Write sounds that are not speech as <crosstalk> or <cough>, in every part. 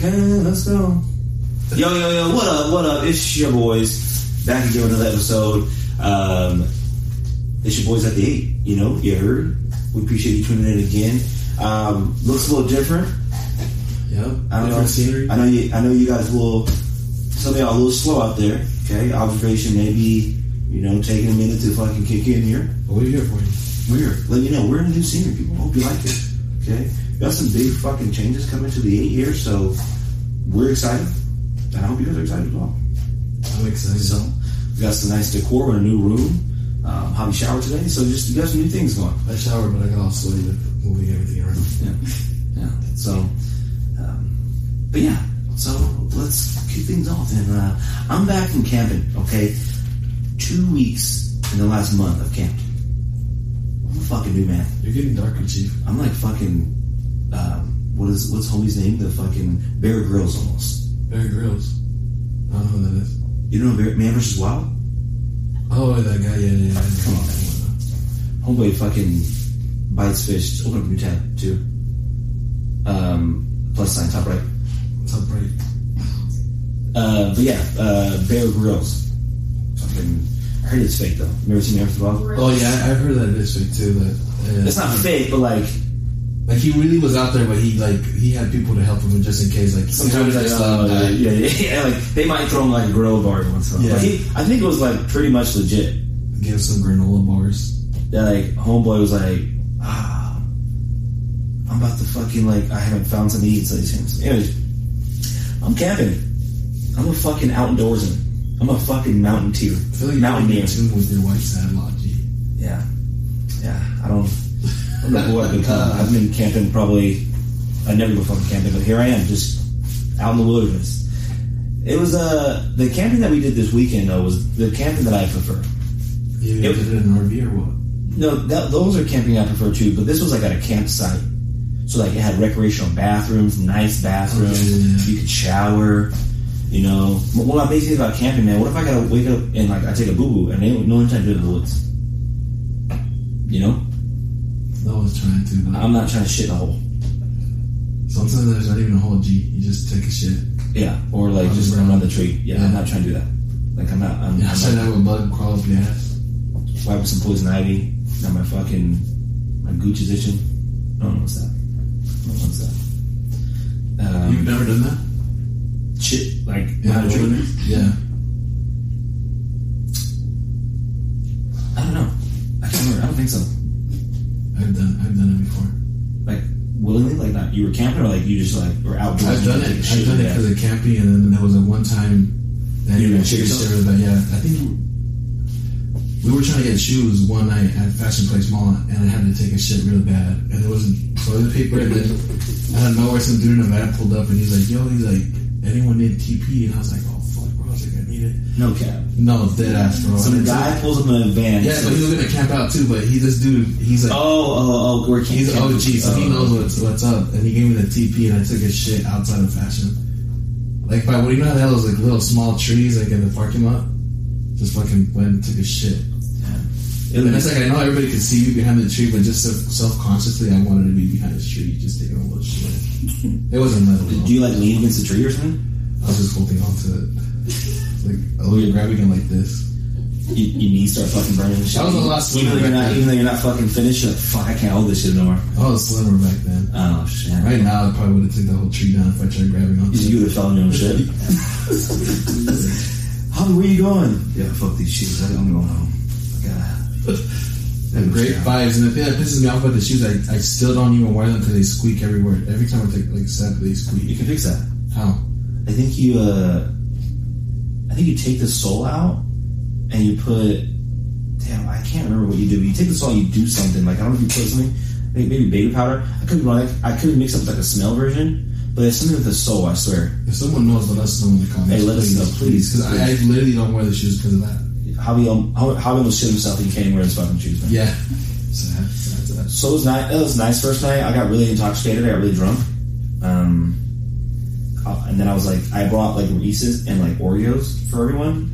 Yeah, let's go. Yo, yo, yo, what up, what up? It's your boys. Back again with another episode. Um, it's your boys at the eight, you know, you heard. We appreciate you tuning in again. Um, looks a little different. Yep. I don't know. Different scenery. I know you. I know you guys will. Some of y'all a little slow out there. Okay, observation maybe you know taking a minute to fucking kick in here. What are you here for? You? We're letting you know we're in a new scenery. People hope you like it. Okay, got some big fucking changes coming to the eight here, so we're excited, and I hope you guys are excited as well. I'm excited. So we got some nice decor with a new room, um, hobby shower today. So just you got some new things going. I showered, but I got all sweaty with moving everything around. Yeah, yeah. So, um, but yeah. So let's kick things off. And uh, I'm back from camping. Okay, two weeks in the last month of camping. I'm a fucking new man. You're getting darker, Chief. I'm like fucking. Um, what is what's homie's name? The fucking Bear Grylls almost. Barry Grills. I don't know who that is. You know Bear, Man versus Wild? Oh, that guy. Yeah, yeah. yeah. Come on. Homeboy fucking bites fish. Open up a new tab too. Um, plus sign top right. Top right. Uh, but yeah, uh, Bear Grylls. Fucking, I heard it's fake though. You ever seen Man vs. Wild? Oh yeah, I- I've heard that this week too. That yeah. It's not fake, but like like he really was out there, but he like he had people to help him just in case. Like sometimes like, he uh, saw him die. yeah, yeah, yeah, like they might throw him like a grill bar or something. Yeah. But he, I think it was like pretty much legit. give some granola bars. That like homeboy was like, ah, I'm about to fucking like I haven't found something to eat. So he's so anyways, I'm camping. I'm a fucking outdoorsman. I'm a fucking mountaineer. I feel like you're not mountaineer. in tune with your wife's analogy. Yeah, yeah. I don't. I don't know what I've become. I've been camping probably. I never go fucking camping, but here I am, just out in the wilderness. It was uh the camping that we did this weekend though was the camping that I prefer. You Yep. did it in an RV or what? No, that, those are camping I prefer too, but this was like at a campsite. So like it had recreational bathrooms, nice bathrooms. Okay. You could shower. You know, but what I'm amazing about camping, man. What if I gotta wake up and like I take a boo boo and they no one time to do it in the woods? You know, I was trying to. But I'm not trying to shit in a hole. sometimes there's not even a whole G. You just take a shit. Yeah, or like On the just ground. around the tree. Yeah, I'm Yeah. not trying to do that. Like I'm not. I'm, <laughs> Yeah, I I'm said not I have a bug crawl up your ass. wiping some poison ivy. Now my fucking my Gucci's itching. I don't know what's that. I don't know what's that. Um, You've never done that? shit like Yeah, not a well, drink. Yeah. I don't know. I can't remember. I don't think so. I've done I've done it before. Like willingly, like not you were camping or like you just like were outdoors. and I've done you took a it. I've shit done in it that. because of camping, and then there was a one time that You you didn't got shit shoes yourself? service. But yeah, I think we were trying to get shoes one night at Fashion Place Mall, and I had to take a shit really bad, and there wasn't toilet paper. And then out of nowhere, some dude in a van pulled up, and he's like, "Yo," he's like, "Anyone need TP?" And I was like, "Oh fuck, bro!" I was like, "I need it." No cap. No, dead ass, bro. Some And so- guy pulls up in a van. Yeah, so he was gonna camp out too, but he this dude, he's like. oh, oh, oh, we're camping. He's OG, so he Oh. knows what's what's up. And he gave me the TP, and I took his shit outside of fashion. Like, by what do you know how that was like little small trees like in the parking lot? Just fucking went and took a shit. It And was- it's like I know everybody could see you behind the tree, but just self consciously, I wanted to be behind this tree, just taking a little shit. It wasn't metal. Did Though. you like lean against a tree or something? I was just holding on to it. Like, oh, you're grabbing it like this. You, your knees start fucking burning. and shit. That was the last Even though one. you're not, even though you're not fucking finished, you're like, fuck, I can't hold this shit no more. I Oh, was slimmer back then. Oh shit! Right now, I probably would have took the whole tree down if I tried grabbing onto it. You would have fell on your own shit. <laughs> <laughs> How where you going? Yeah, fuck these shoes. I- I'm going home. I gotta. And great vibes, and the thing that pisses me off about the shoes, I, I still don't even wear them because they squeak everywhere. Every time I take like a step, they You squeak. can fix that. How? I think you, uh, I think you take the sole out and you put, damn, I can't remember what you do, but you take the sole and you do something. Like, I don't know if you put something, maybe, maybe baby powder. I could be wrong. Like, I could mix up like a smell version, but there's something with the sole, I swear. If someone knows, let us know in the comments. Hey, let us know, please, because I, I literally don't wear the shoes because of that. Javi, Javi will shit himself that you can't even wear his fucking shoes, man. Yeah, <laughs> sad, sad, sad. So it was, nice, it was nice first night. I got really intoxicated. I got really drunk. Um, uh, and then I was like, I brought like Reese's and like Oreos for everyone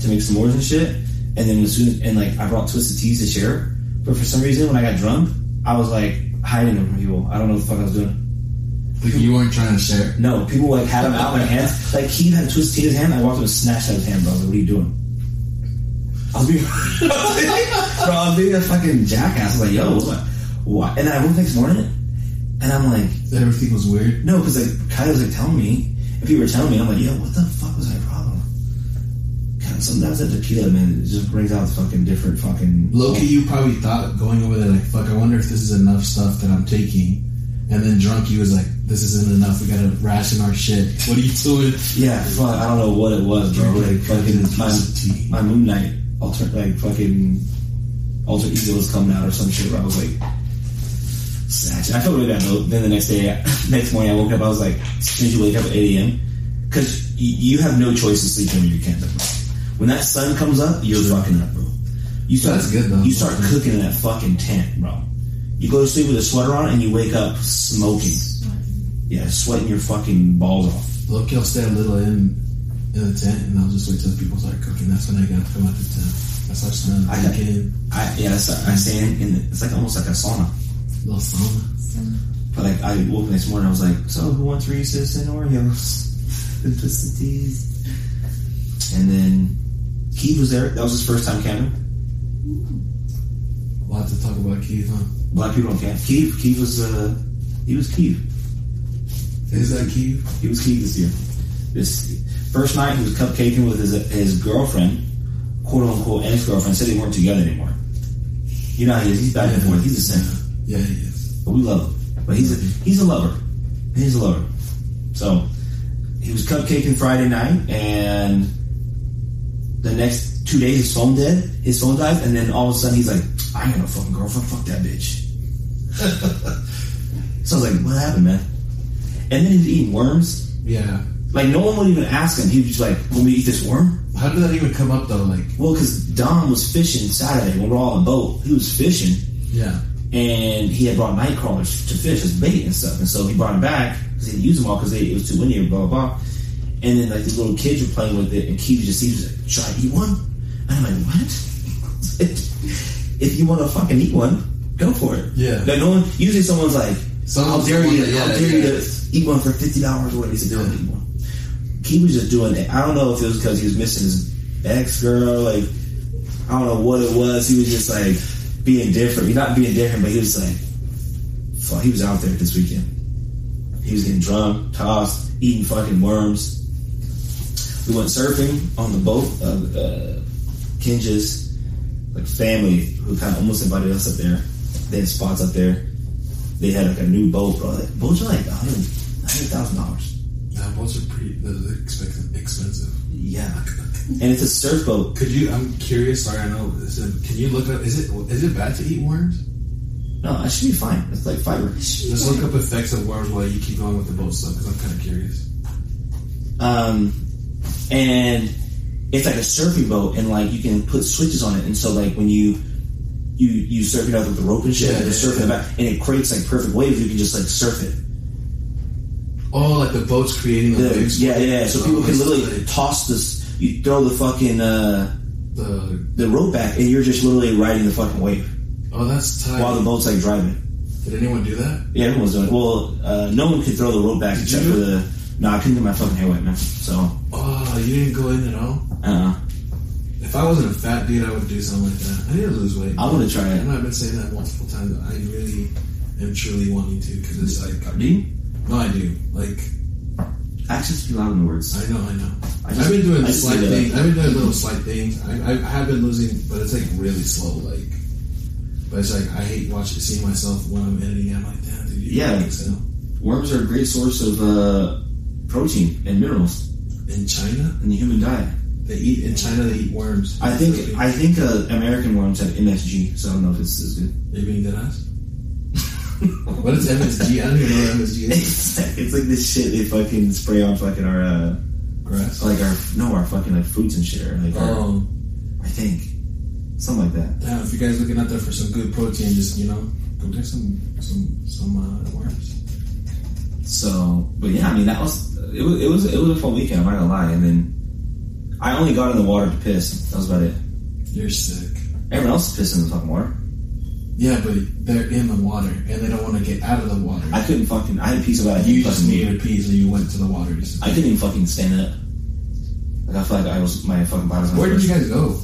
to make s'mores and shit. And then as soon and like I brought Twisted Teas to share. But for some reason, when I got drunk, I was like hiding them from people. I don't know what the fuck I was doing. Like you weren't trying to share. No, people like had him out in my hands. Like he had twisted his hand. I walked up and snatched out his hand, bro. I was like, "What are you doing?" I was being, <laughs> bro, I was being a fucking jackass. I was like, "Yo, what's up? What?" And then I woke up next morning, and I'm like, Everything was weird. "No," because like Kyle was like telling me. If you were telling me, I'm like, "Yo, what the fuck was my problem?" God, sometimes that tequila, man, it just brings out fucking different fucking. Loki, you probably thought going over there like, fuck, I wonder if this is enough stuff that I'm taking. And then drunk, you was like, this isn't enough. We gotta ration our shit. What are you doing? Yeah, fuck, I don't know what it was, bro. Like fucking Piece of tea. my, my Moon Knight alter like fucking alter ego was coming out or some shit. Where I was like, snatch. I felt really bad though. Then the next day, <laughs> next morning, I woke up. I was like, as soon as you wake up at eight a.m., because you have no choice in sleeping when you can't. Bro. When that sun comes up, you're fucking up, bro. You start That's good, though. You start cooking in that fucking tent, bro. You go to sleep with a sweater on and you wake up smoking. Yeah, sweating your fucking balls off. Loki, I'll stay a little in in the tent, and I'll just wait till people start cooking. That's when I gotta come out the tent. That's how smell. I I got- get in I yeah, that's, I stay in, in it's like almost like a sauna. little sauna. But like I woke up next morning, I was like, so who wants Reese's and Oreos? <laughs> The Twisted Teas. And then Keith was there. That was his first time camping. A lot to talk about Keith, huh? Black people don't camp. Keith, Keith was uh, he was Keith. Is that Keith? He was Keith this year. This first night he was cupcaking with his his girlfriend, quote unquote ex girlfriend. Said they weren't together anymore. You know how he is. He's back and forth. He's a sinner. Yeah, he is. but we love him. But he's a he's a lover. He's a lover. So he was cupcaking Friday night, and the next two days his phone dead, his phone dies, and then all of a sudden he's like, "I ain't got no fucking girlfriend. Fuck that bitch." <laughs> so I was like, "What happened, man?" And then he's eating worms. Yeah. Like no one would even ask him. He was just like, "Will we eat this worm?" How did that even come up though? Like, Well, because Don was fishing Saturday when we were all on the boat. He was fishing yeah, and he had brought night crawlers to fish as bait and stuff. And so he brought them back because he didn't use them all because it was too windy and blah, blah, blah. And then like these little kids were playing with it, and Keith just he was like, "Should I eat one?" And I'm like, "What? <laughs> if you want to fucking eat one, go for it." Yeah. Like no one. Usually someone's like, "How Someone's dare the one you? that- how yeah, dare you yeah. to eat one for fifty dollars or whatever?" He said, "Don't eat one." Keith was just doing it. I don't know if it was because he was missing his ex girl. Like I don't know what it was. He was just like being different. He's not being different, but he was like, fuck, he was out there this weekend. He was getting drunk, tossed, eating fucking worms. We went surfing on the boat of uh, Kenja's like family, who kind of almost invited us up there. They had spots up there. They had like a new boat, bro. Like, boats are like hundred thousand dollars. yeah, boats are uh, pretty they're expensive. expensive. Yeah, and it's a surf boat. Could you? I'm curious. Sorry, I know. Is it, can you look up? Is it is it bad to eat worms? No, it should be fine. It's like fiber. Just look up effects of worms while you keep going with the boat stuff because I'm kind of curious. um, and it's like a surfing boat, and like you can put switches on it, and so like when you you you surf it out with the rope and shit, Yeah, and you're yeah, surfing yeah. it back, and it creates like perfect waves. You can just like surf it. Oh, like the boat's creating the, The- waves. Oh, yeah, yeah. So people can literally Like, toss this. You throw the fucking uh, the the rope back, and you're just literally riding the fucking wave oh, that's tight. while the boat's like driving. Did anyone do that? Yeah, everyone's doing it. Well, uh, no one could throw the rope back Did except you? for the. No, I couldn't get my fucking hair wet, man. So, Oh, you didn't go in at all. uh, If I wasn't a fat dude, I would do something like that. I need to lose weight. I want to try I it. know I've been saying that multiple times. But I really am truly wanting to because it's like Do you? no, I do. Like Actions speak louder than words. I know, I know. I just- I've been doing I just uh, slight need to- things. I've been doing little slight things. I, I, I have been losing, but it's like really slow. Like, but it's like I hate watching seeing myself when I'm editing. I'm like, damn, dude, you Yeah. really excel. Worms are a great source of uh, protein and minerals In China, in the human diet. they eat in China. They eat worms. I think I think uh, American worms have MSG, so I don't know if it's as good. Are you being dead ass? <laughs> What is MSG? I don't even know what <laughs> MSG is. it's like it's like this shit they fucking spray on fucking our uh, Grass. like our no our fucking like fruits and shit or like our, Um, I think something like that. damn, if you guys looking out there for some good protein, just you know, go get some some some uh, worms. So, but yeah, I mean that was it was it was it was a fun weekend. I'm not gonna lie. And then I only got in the water to piss. That was about it. You're sick. Everyone else pissed in the fucking water. Yeah, but they're in the water and they don't want to get out of the water. I couldn't fucking. I had a piece of it. I you couldn't just fucking- needed a piece and you went to the water. I couldn't even fucking stand up. Like I felt like I was my fucking body was. Where did you guys go?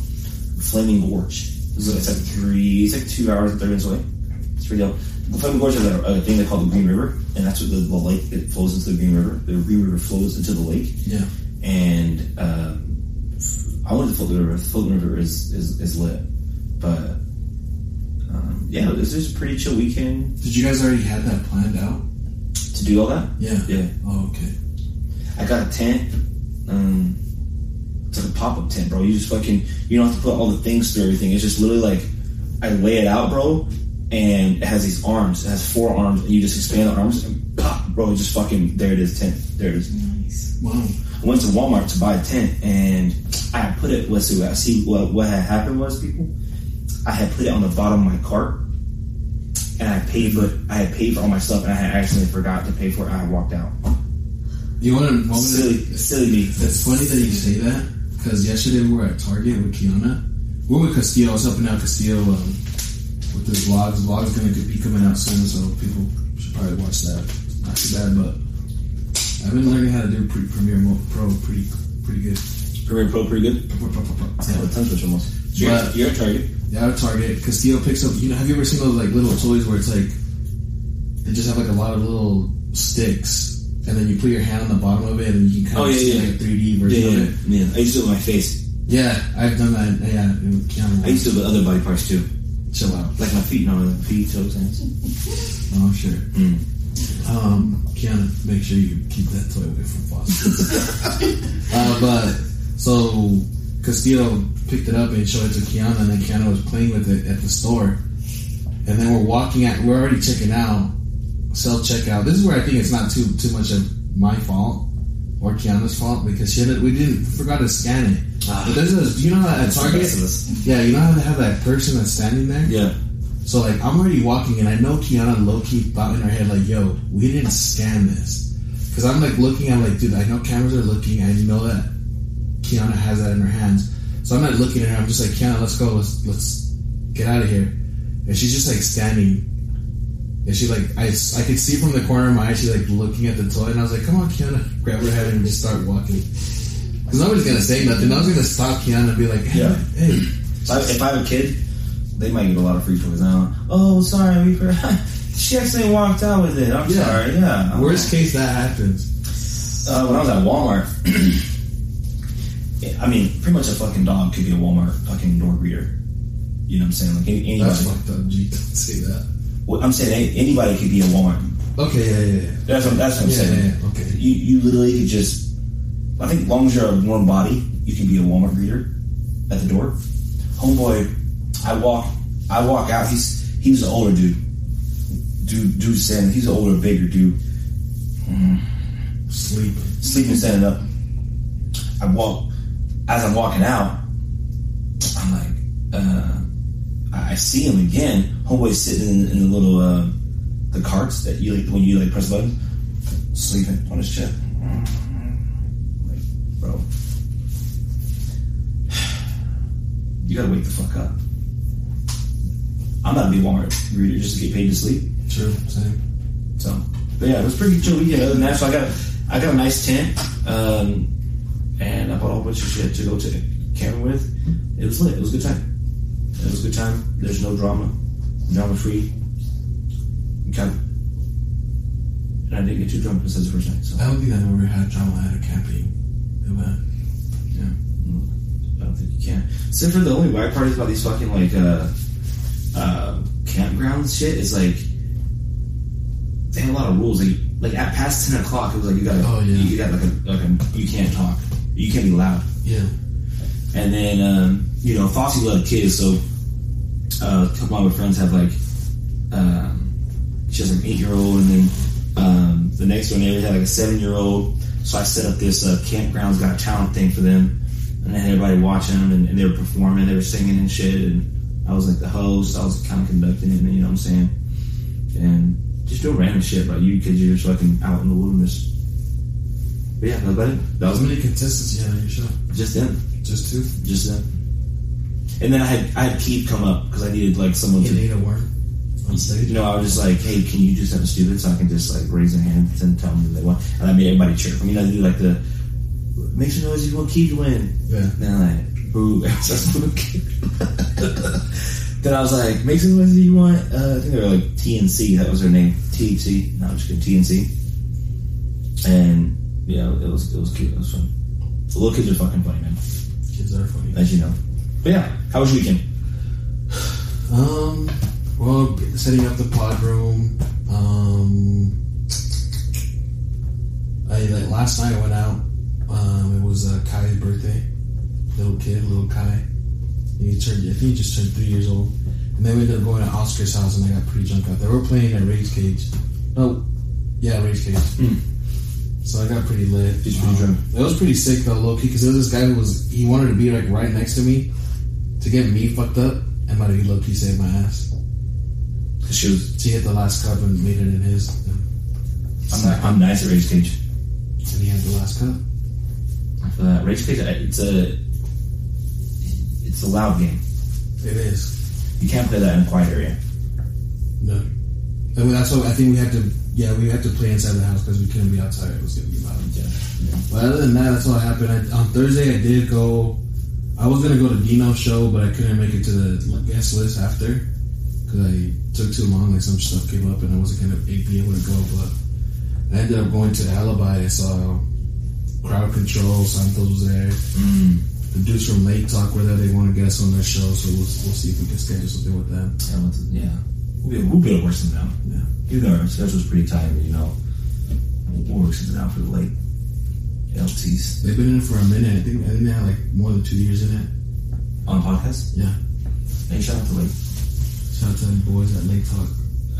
Flaming Gorge. It was like, it's like three, it's like two hours and thirty minutes away. It's pretty dope. The Flaming Gorge is a, a thing they call the Green River, and that's what the, the lake that flows into the Green River. The Green River flows into the lake, Yeah. and um, I went to Fulton River. Fulton River is is, is lit, but um, yeah, this is a pretty chill weekend Did you guys already have that planned out? to do all that. Yeah. Yeah, Oh, okay. I got a tent. Um, it's like a pop up tent, bro. You just fucking you don't have to put all the things through everything. It's just literally like I lay it out, bro, and it has these arms. It has four arms, and you just expand the arms and pop, bro. Just fucking there it is, tent. There it is. Nice. Wow. I went to Walmart to buy a tent, and I had put it. Let's see. I see what what had happened was people. I had put it on the bottom of my cart, and I paid for. I had paid for all my stuff, and I had accidentally forgot to pay for it. and I walked out. You want to Oh, moment? Silly, silly me. It's funny that you say that because yesterday we were at Target with Kiana. We We're with Castillo. I was helping out Castillo um, with his vlogs. Vlog's gonna be coming out soon, so people should probably watch that. Not too bad, but I've been learning how to do pre- Premiere Mo- Pro pretty pretty good. Premiere Pro, pretty good. Yeah, Yeah, the tongue twist almost. You're- But you're a target. out of Target, Castillo picks up. You know, have you ever seen those like little toys where it's like they just have like a lot of little sticks, and then you put your hand on the bottom of it, and you can kind Oh, of yeah, see yeah. like a 3D version of it. yeah. I used to do it with my face. Yeah, I've done that. Yeah, with Keanu. I used to do it with other body parts too, chill out. like my feet and all that. Feet, toes, hands. Oh, I'm sure. Mm. Um, Keanu, make sure you keep that toy away from Foster. <laughs> uh, but so Castillo picked it up and showed it to Keanu, and then Keanu was playing with it at the store. And then we're walking out. We're already checking out, self checkout. This is where I think it's not too too much of my fault or Keanu's fault because she ended, we didn't forgot to scan it. Ah. but there's a you know how at That's the Target, best of us. yeah, you know how they have that person that's standing there. Yeah. So like I'm already walking and I know Kiana low key thought in her head like, yo, we didn't scan this. Cause I'm like looking, I'm like, dude, I know cameras are looking, I know that Kiana has that in her hands. So I'm not looking at her, I'm just like, Kiana, let's go, let's let's get out of here. And she's just like standing. And she like I, I could see from the corner of my eye she's like looking at the toy and I was like, Come on, Kiana, grab her hand and just start walking. Cause nobody's gonna say nothing. I was gonna stop Kiana and be like, Hey, Yeah. hey. If I, if I have a kid, they might get a lot of free toys. I don't know. Oh, sorry, we forgot. <laughs> She actually walked out with it. I'm Yeah. sorry. Yeah. I'm Worst case that happens. Uh, when I was at Walmart, <clears throat> yeah, I mean, pretty much a fucking dog could be a Walmart fucking door greeter. You know what I'm saying? Like any, anybody. That's fucked up, G. Don't say that. What I'm saying any- anybody could be a Walmart. Okay, yeah, yeah, yeah. That's what, that's what I'm Yeah, saying. yeah, okay. You you literally could just. I think as long as you're a warm body, you can be a Walmart greeter at the door. Homeboy, I walk I walk out. He's he was an older dude. Dude, dude standing. He's an older, bigger dude. Sleep. sleeping standing up. I walk as I'm walking out. I'm like, uh, I I see him again. Homeboy's sitting in, in the little uh, the carts that you like when you like press buttons, sleeping on his chest. Like, bro, you gotta wake the fuck up. I'm not a big Walmart reader just to get paid to sleep. True, same. So, but yeah, it was pretty chill weekend. Other than that, so I got I got a nice tent, um, and I bought a whole bunch of shit to go to camping with. It was lit. It was a good time. It was a good time. There's no drama, drama free. Kind of, and I didn't get too drunk besides the first night. So I don't think I've ever had drama at a camping event. Yeah. I don't think you can. Except for the only weird part is about these fucking like uh, uh, campgrounds shit is like they have a lot of rules. Like like at past ten o'clock, it was like you gotta Oh, yeah. you got like a like a you can't talk, you can't be loud. Yeah. And then um, you know Fosse loved kids, so uh, a couple of my friends have like um, she has an eight year old, and then um, the next one they had like a seven year old. So I set up this uh, campgrounds got talent thing for them, and I had everybody watching them, and, and they were performing, they were singing and shit, and I was like the host, I was kind of conducting it, you know what I'm saying, and just doing random shit, bro. You kids, you're just fucking out in the wilderness. But yeah, that was about it. That How was me. many contestants you had on your show? Just them Just two? just then. And then I had I had Keith come up because I needed like someone You to need a worm? on stage? You know, I was just like, hey, can you do something stupid so I can just like raise a hand and tell them what they want? And I made everybody cheer. I mean, I do like the make some noise if you want Key to win. Yeah. Then I like, boo. <laughs> That's what Key- then I was like, make some noise if you want. Uh, I think they were like TNC. That was their name. TNC. No, I'm just kidding. TNC. And yeah, it was it was cute. It was fun. The little kids are fucking funny, man. Kids are funny. As you know. But yeah, how was your weekend? Um, well, setting up the pod room. Um, I like last night I went out. Um, it was uh, Kai's birthday. Little kid, little Kai. He turned. I think he just turned three years old. And then we ended up going to Oscar's house, and I got pretty drunk out there. We were playing at Rage Cage. No, yeah, Rage Cage. Mm. So I got pretty lit. Um, He's pretty drunk. It was pretty sick though, low key, because there was this guy who was he wanted to be like right next to me to get me fucked up, and my low key saved my ass. Cause she was. So he hit the last cup and made it in his. And I'm, not, I'm nice at Rage Cage. he had the last cup. Uh, Rage Cage. I- It's a. It's a loud game. It is. You can't play that in a quiet area. No. I mean, that's what I think we had to, yeah, we had to play inside the house because we couldn't be outside. It was going to be loud. Yeah. But other than that, that's all happened. I, on Thursday, I did go. I was gonna go to Dino's show, but I couldn't make it to the guest list after because I took too long. Like some stuff came up, and I wasn't gonna be be able to go. But I ended up going to Alibi. I saw Crowd Control. Santos was there. Mm, The dudes from Late Talk were there. They want to guest on their show, so we'll, we'll see if we can schedule something with them. yeah, what's it- yeah. We'll be, we'll be able to work something out. Yeah. Even though our schedule's pretty tight, but, you know, we'll work something out for the late LTs They've been in it for a minute. I think I think they had like more than two years in it. on podcast. Yeah. Hey, shout out to late. Shout out to the boys at Late Talk.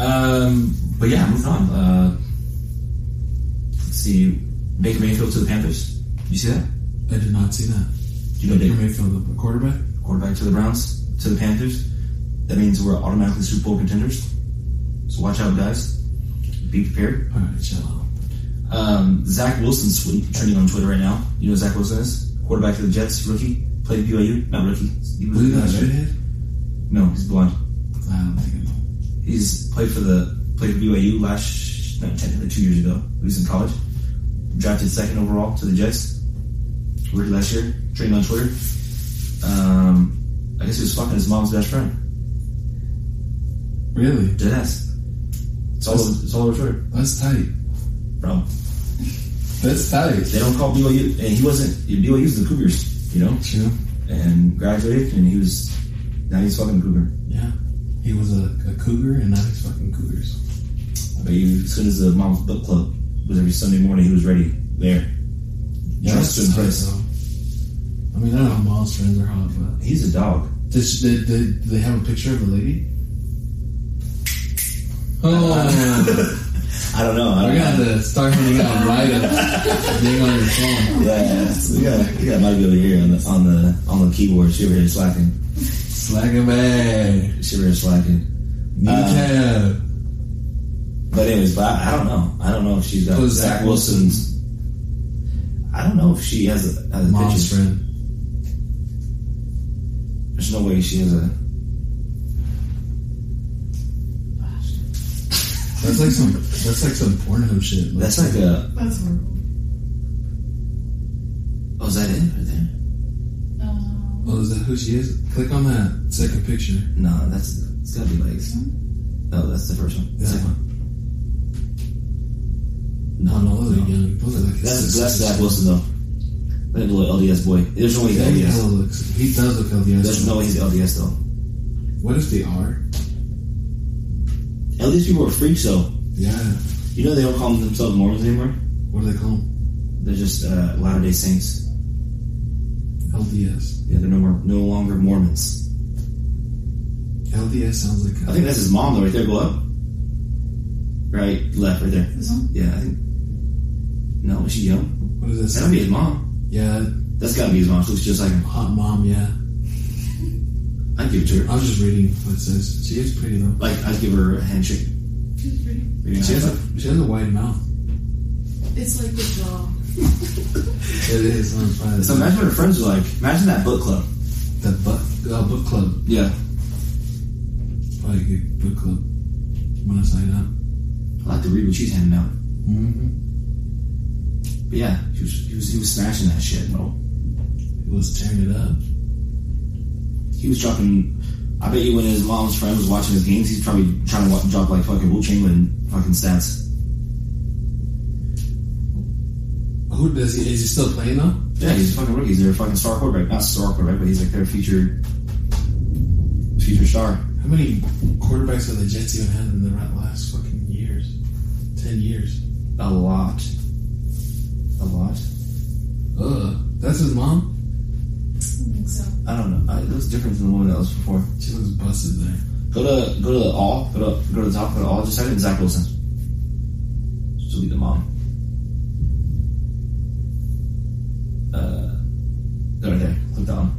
Um, but yeah, moving on. Uh, let's see. Baker Mayfield to the Panthers. You see that? I did not see that. You know Baker Baker Mayfield, the quarterback. quarterback to the Browns to the Panthers. That means we're automatically Super Bowl contenders. So watch out, guys. Be prepared. All right, chill out. Um, Zach Wilson's sweet, trending on Twitter right now. You know who Zach Wilson is? Quarterback to the Jets, rookie. Played BYU. Not rookie. He was Was he a guy, not right? straighthead? No, he's blonde. I don't think I know. He's played for the played for BYU last no, technically two years ago. He was in college. Drafted second overall to the Jets. Rookie last year. Trending on Twitter. Um, I guess he was fucking his mom's best friend. Really? Yes. It's all over, it's all over Twitter, That's tight. bro. That's tight. They don't call BYU, and he wasn't. BYU's the Cougars, you know. True. And graduated, and he was now he's fucking Cougar. Yeah. He was a, a cougar, and now he's fucking cougars. But he, as soon as the mom's book club was every Sunday morning, he was ready there. Trust and that's tight, press. though. I mean, I don't know. Mom's friends are hot, but He's a <laughs> dog. did, she, did, did, did they have a picture of the lady? <laughs> Oh, I don't know. I we're don't gonna know. have to start putting out write-ups. Being on your phone. Yeah, we got we got Mikey over here on the on the on the keyboard. She over here slacking. Slacking back. She over here slacking. Uh, Kneecap. But anyways, but I, I don't know. I don't know if she's got Who's Zach Zach Wilson's. I don't know if she has a, has a Mom's picture. friend. There's no way she has a. That's like some. That's like some Pornhub shit. Like, That's like a. That's horrible. Oh, is that it right there? Um, oh, is that who she is? Click on that second picture. No, that's it's gotta be like. No, that's the first one. The Yeah. second one. No, no, those are young. Those are like That's six- that's Zach Wilson though. That little LDS boy. There's no way he's Yeah, he hella LDS. looks. He does look LDS. There's no way he's LDS though. What if they are? LDS people are freaks though. Yeah. You know they don't call themselves Mormons anymore. What do they call them? They're just uh, Latter Day Saints. LDS. Yeah, they're no more no longer Mormons. LDS sounds like. I think that's his mom though, right there. Go up. Right, left, right there. this one? Yeah, I think. No, is she young? What is that? That'll sound? be his mom. Yeah, That's gotta be his mom. She looks just like him. hot Oh, mom. Yeah. I'd give it to her. I was just reading what it says. She is pretty though. Like, I'd give her a handshake. She's pretty. Maybe She <laughs> has not. a she has a wide mouth. It's like the jaw. It is on fire. So imagine what her friends are like. Imagine that book club. the book uh, book club. Yeah. Probably a good book club. when I signed up. I like to read what she's handing out. Mm-hmm. But yeah, he was, he was, he was smashing that shit, bro. It was tearing it up. He was dropping. I bet you when his mom's friend was watching his games, he's probably trying to wa drop like fucking Will Chamberlain fucking stats. Who does he? Is he still playing though? Yeah, he's a fucking rookie. He's their fucking star quarterback. Not star quarterback, but he's like their featured future star. How many quarterbacks have the Jets even had in the ra- last fucking years? Ten years. A lot. A lot. Ugh. That's his mom. I think so. I don't know. I, it looks different than the woman that was before. She looks busted there. Go to go to the all. Go to go to the top. Go to all. Just type in Zach Wilson. She'll be the mom. Uh, they're right there. Click that one.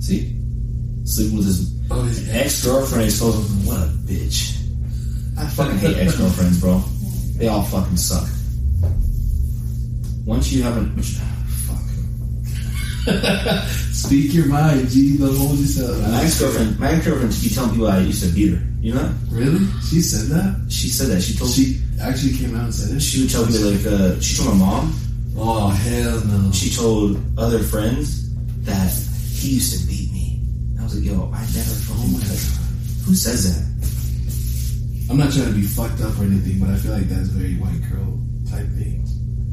See, sleeping with his Oh, his <laughs> ex girlfriend exposed him. What a bitch! I fucking hate ex girlfriends, bro. They all fucking suck. Once you have an ah, fuck. Speak your mind, G. Don't hold yourself. My ex girlfriend, my ex girlfriend, keep telling people I used to beat her. You know, Really? She said that? she said that. She told she, She actually came out and said it. would tell me like uh, she told my mom. Oh hell no. She told other friends that he used to beat me. I was like, yo, I never. Oh my god, who says that? I'm not trying to be fucked up or anything, but I feel like that's very white girl type thing.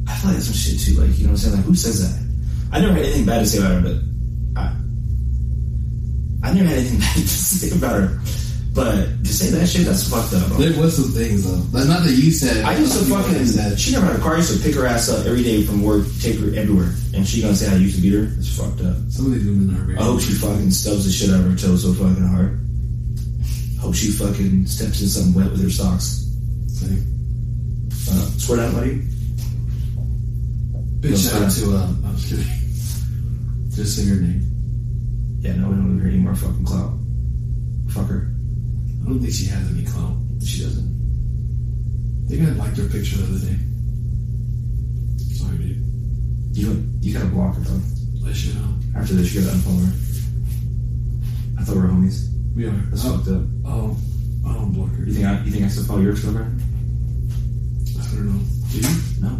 I feel like that's some shit too. Like you know what I'm saying? Like who says that? I never had anything bad to say about her, but I, I never had anything <laughs> bad to say about her. But to say that shit, that's fucked up. Bro. There was some things though. That's not that you said. I used to People fucking. said. She never had a car. I used to pick her ass up every day from work, take her everywhere, and she gonna say I used to beat her. It's fucked up. Some of these women are very. I hope Oh, she fucking stubs the shit out of her toe so fucking hard. Hope she fucking steps in something wet with her socks. Like, Uh, swear to God, buddy. big No, shout out sorry. to. Um, I'm just kidding. Just say her name. Yeah, no, we don't give her any more fucking clout. Fuck her. I don't think she has any clout. She doesn't. I think I liked her picture the other day. Sorry, dude. You you gotta block her though. I should know. After this, you gotta unfollow her. I thought we were homies. We are. That's Oh, fucked up. oh, I don't block her. You think I you think I still follow your girlfriend? I don't know. Do you? No.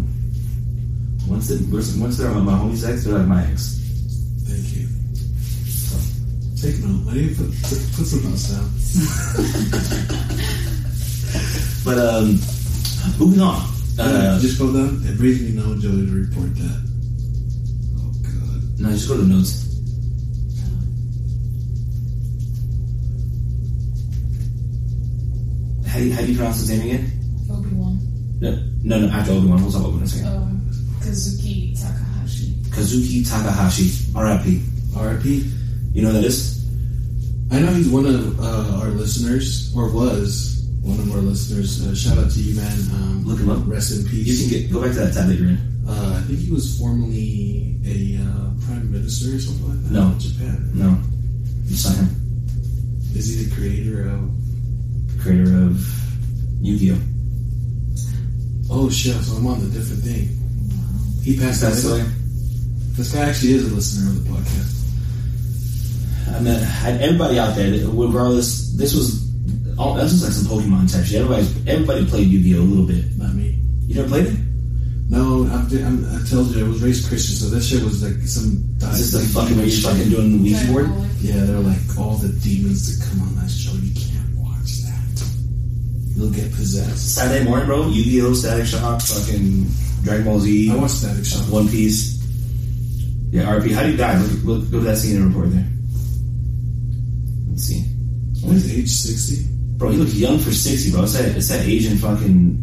Once they once they're my homie's ex, they're like my ex. Thank you. Take note. I need to put, put, put some notes down. But um, moving on. Uh, just go down. It brings me no joy to report that. Oh god. no, just go to the notes. How do you, how do you pronounce his name again? Obi Wan. No, no, no after Obi Wan. We'll talk about Obi Wan in a Oh. second. Um, Kazuki Takahashi. Kazuki Takahashi, R.I.P. R.I.P. You know who that is? I know he's one of uh, our listeners, or was one of our listeners. Uh, shout out to you, man. Um, Look him up. Rest in You peace. can get go back to that tab that you're in. Uh, I think he was formerly a uh, prime minister or something like that. No. in Japan. No, it's not him. Is he the creator of? Creator of Yu-Gi-Oh. Oh shit! So I'm on the different thing. He passed That's away. the way. This guy actually is a listener of the podcast. I mean, and everybody out there, regardless, this was all, this was like some Pokemon type shit. Everybody, everybody played Yu-Gi-Oh a little bit. Not me. You never played it? No, I'm, I'm, I told you I was raised Christian, so that shit was like some. Is this the like fucking way you're fucking doing the Ouija board? Yeah, they're like all the demons that come on that show. You can't watch that. You'll get possessed. Saturday morning, bro. Yu-Gi-Oh, Static Shock, fucking Dragon Ball Z, I watched Static Shock. One Piece. Yeah, RP. How do you die? Look, look, go to that scene and report there. Let's see, What is age sixty? bro. You look young for sixty, bro. It's that it's that Asian fucking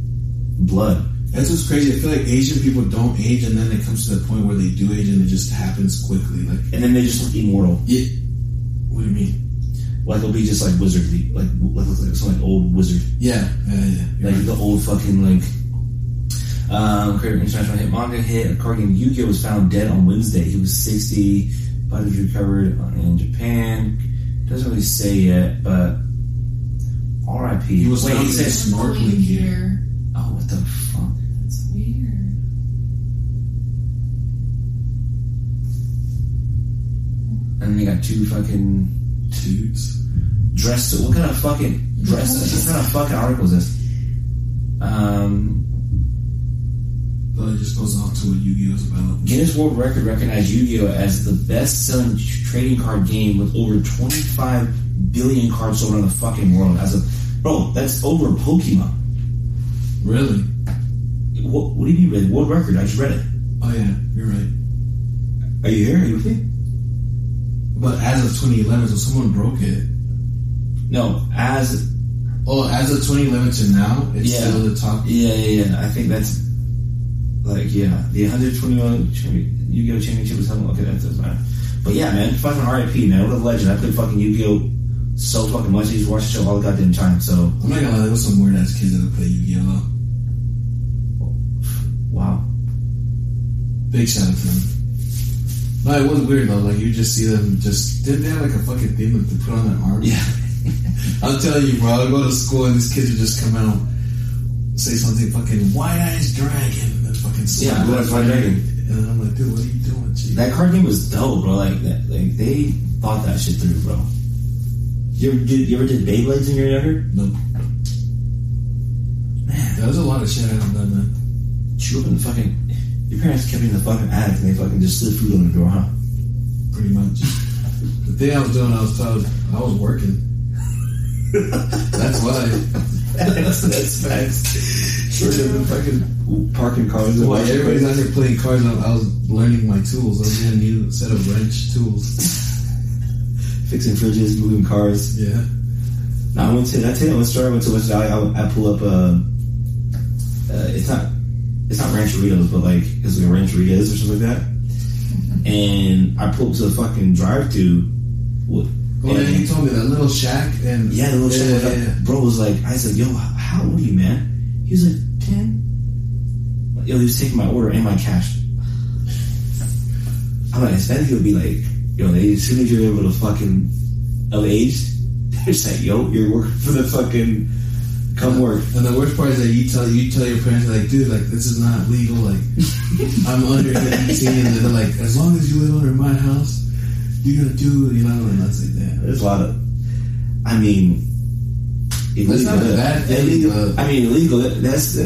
blood. That's what's crazy. I feel like Asian people don't age, and then it comes to the point where they do age, and it just happens quickly. Like, And then they just look immortal. yeah. What do you mean? Like they'll be just like wizardly, like like, like some like old wizard. Yeah, yeah, yeah. You're like right. the old fucking like um creator of international hit manga hit a card game Yu-Gi-Oh was found dead on Wednesday. He was 60. Body was recovered on- in Japan. Doesn't really say yet, but R.I.P. He was Wait, found he dead. says, snorkeling gear. oh what the fuck? That's weird. And they got two fucking Dudes. dress suit. What kind of fucking dress? What kind of fucking article is this? Um, But it just goes off to what Yu-Gi-Oh is about. Guinness World Record recognized Yu-Gi-Oh as the best-selling trading card game with over 25 billion cards sold in the fucking world. As a bro, that's over Pokemon. Really? What, what do you mean by the world record? I just read it. Oh yeah, you're right. Are you here? Are you with me? But as of 2011, so someone broke it. No, as Oh, as of 2011 to now, it's Yeah. still the top. yeah, yeah, yeah. I think that's like yeah, the 121 champi- Yu-Gi-Oh championship was held. Okay, that doesn't matter. But yeah, man, fucking RIP, man. What a legend. I played fucking Yu-Gi-Oh so fucking much. I used to watch the show all the goddamn time. So I'm not gonna lie, there was some weird ass kids that would play Yu-Gi-Oh. though. wow. Big shout out to them. No, it was weird though. Like you just see them just didn't they have like a fucking thing that they put on their arm? Yeah. I'm telling you, bro. I go to school and these kids would just come out, say something fucking white eyes dragon, and then fucking Yeah, White Eyes Dragon. And I'm like, dude, what are you doing? G? That card game was dope, bro. Like that, like they thought that shit through, bro. You ever did you ever did Beyblades when you were younger? Nope. Man, There was a lot of shit I haven't done, man. you up in the fucking your parents kept you in the fucking attic and they fucking just slid food on the door, huh? <laughs> Pretty much. The thing I was doing, I was told I was working. <laughs> That's why. that's that's facts. Short of the fucking parking cars. and Why watching everybody's cars. out here playing cards? I I was learning my tools. I was getting a new set of wrench tools. fixing fridges, moving cars. Yeah. No, I went to. Did I tell you one story? I went to West Valley. I, I pull up. Uh, uh, it's not. It's not Rancheritos, but like it's like a Rancheritas or something like that. And I pull up to the fucking drive-through. What? Oh yeah, you told me that little shack and Yeah, the little shit. was like, yeah, yeah. Bro was like, I said, yo, how old are you, man? He was like, 10. Yo, he was taking my order and my cash. I'm like, Hispanic, he would be like, yo, they, as soon as you're able to fucking of age, <laughs> they're just like, yo, you're working for the fucking, come work. And the worst part is that you tell you tell your parents like, dude, like this is not legal. <laughs> Like I'm under 18, and they're like, as long as you live under my house, you're gonna do you know, and that's like that. There's a lot of, I mean, illegal. not a bad thing, illegal. but- I mean, illegal. That's the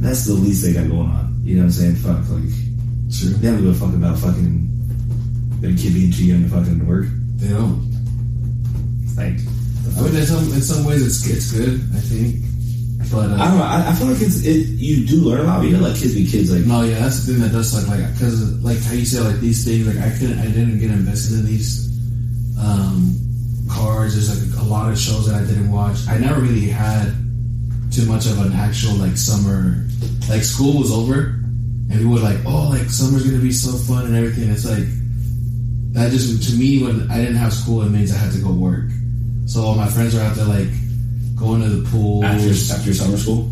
that's the least they got going on. You know what I'm saying? Fuck, like True. they don't give a fuck about fucking their kid being too young to fucking work. They don't. Like I mean, in some in some ways it's it's good, I think. But I uh, don't know. I, I feel like it's it. You do learn a lot, but you don't let kids be kids. Like no, yeah, that's the thing that does suck. Like, because like how you say like these things, like I couldn't, I didn't get invested in these um, cards. There's like a, lot of shows that I didn't watch. I never really had too much of an actual like summer. Like school was over, and we were like, oh, like summer's gonna be so fun and everything. It's like that just to me when I didn't have school, it means I had to go work. So all my friends are out there like going to the pool after after your summer school,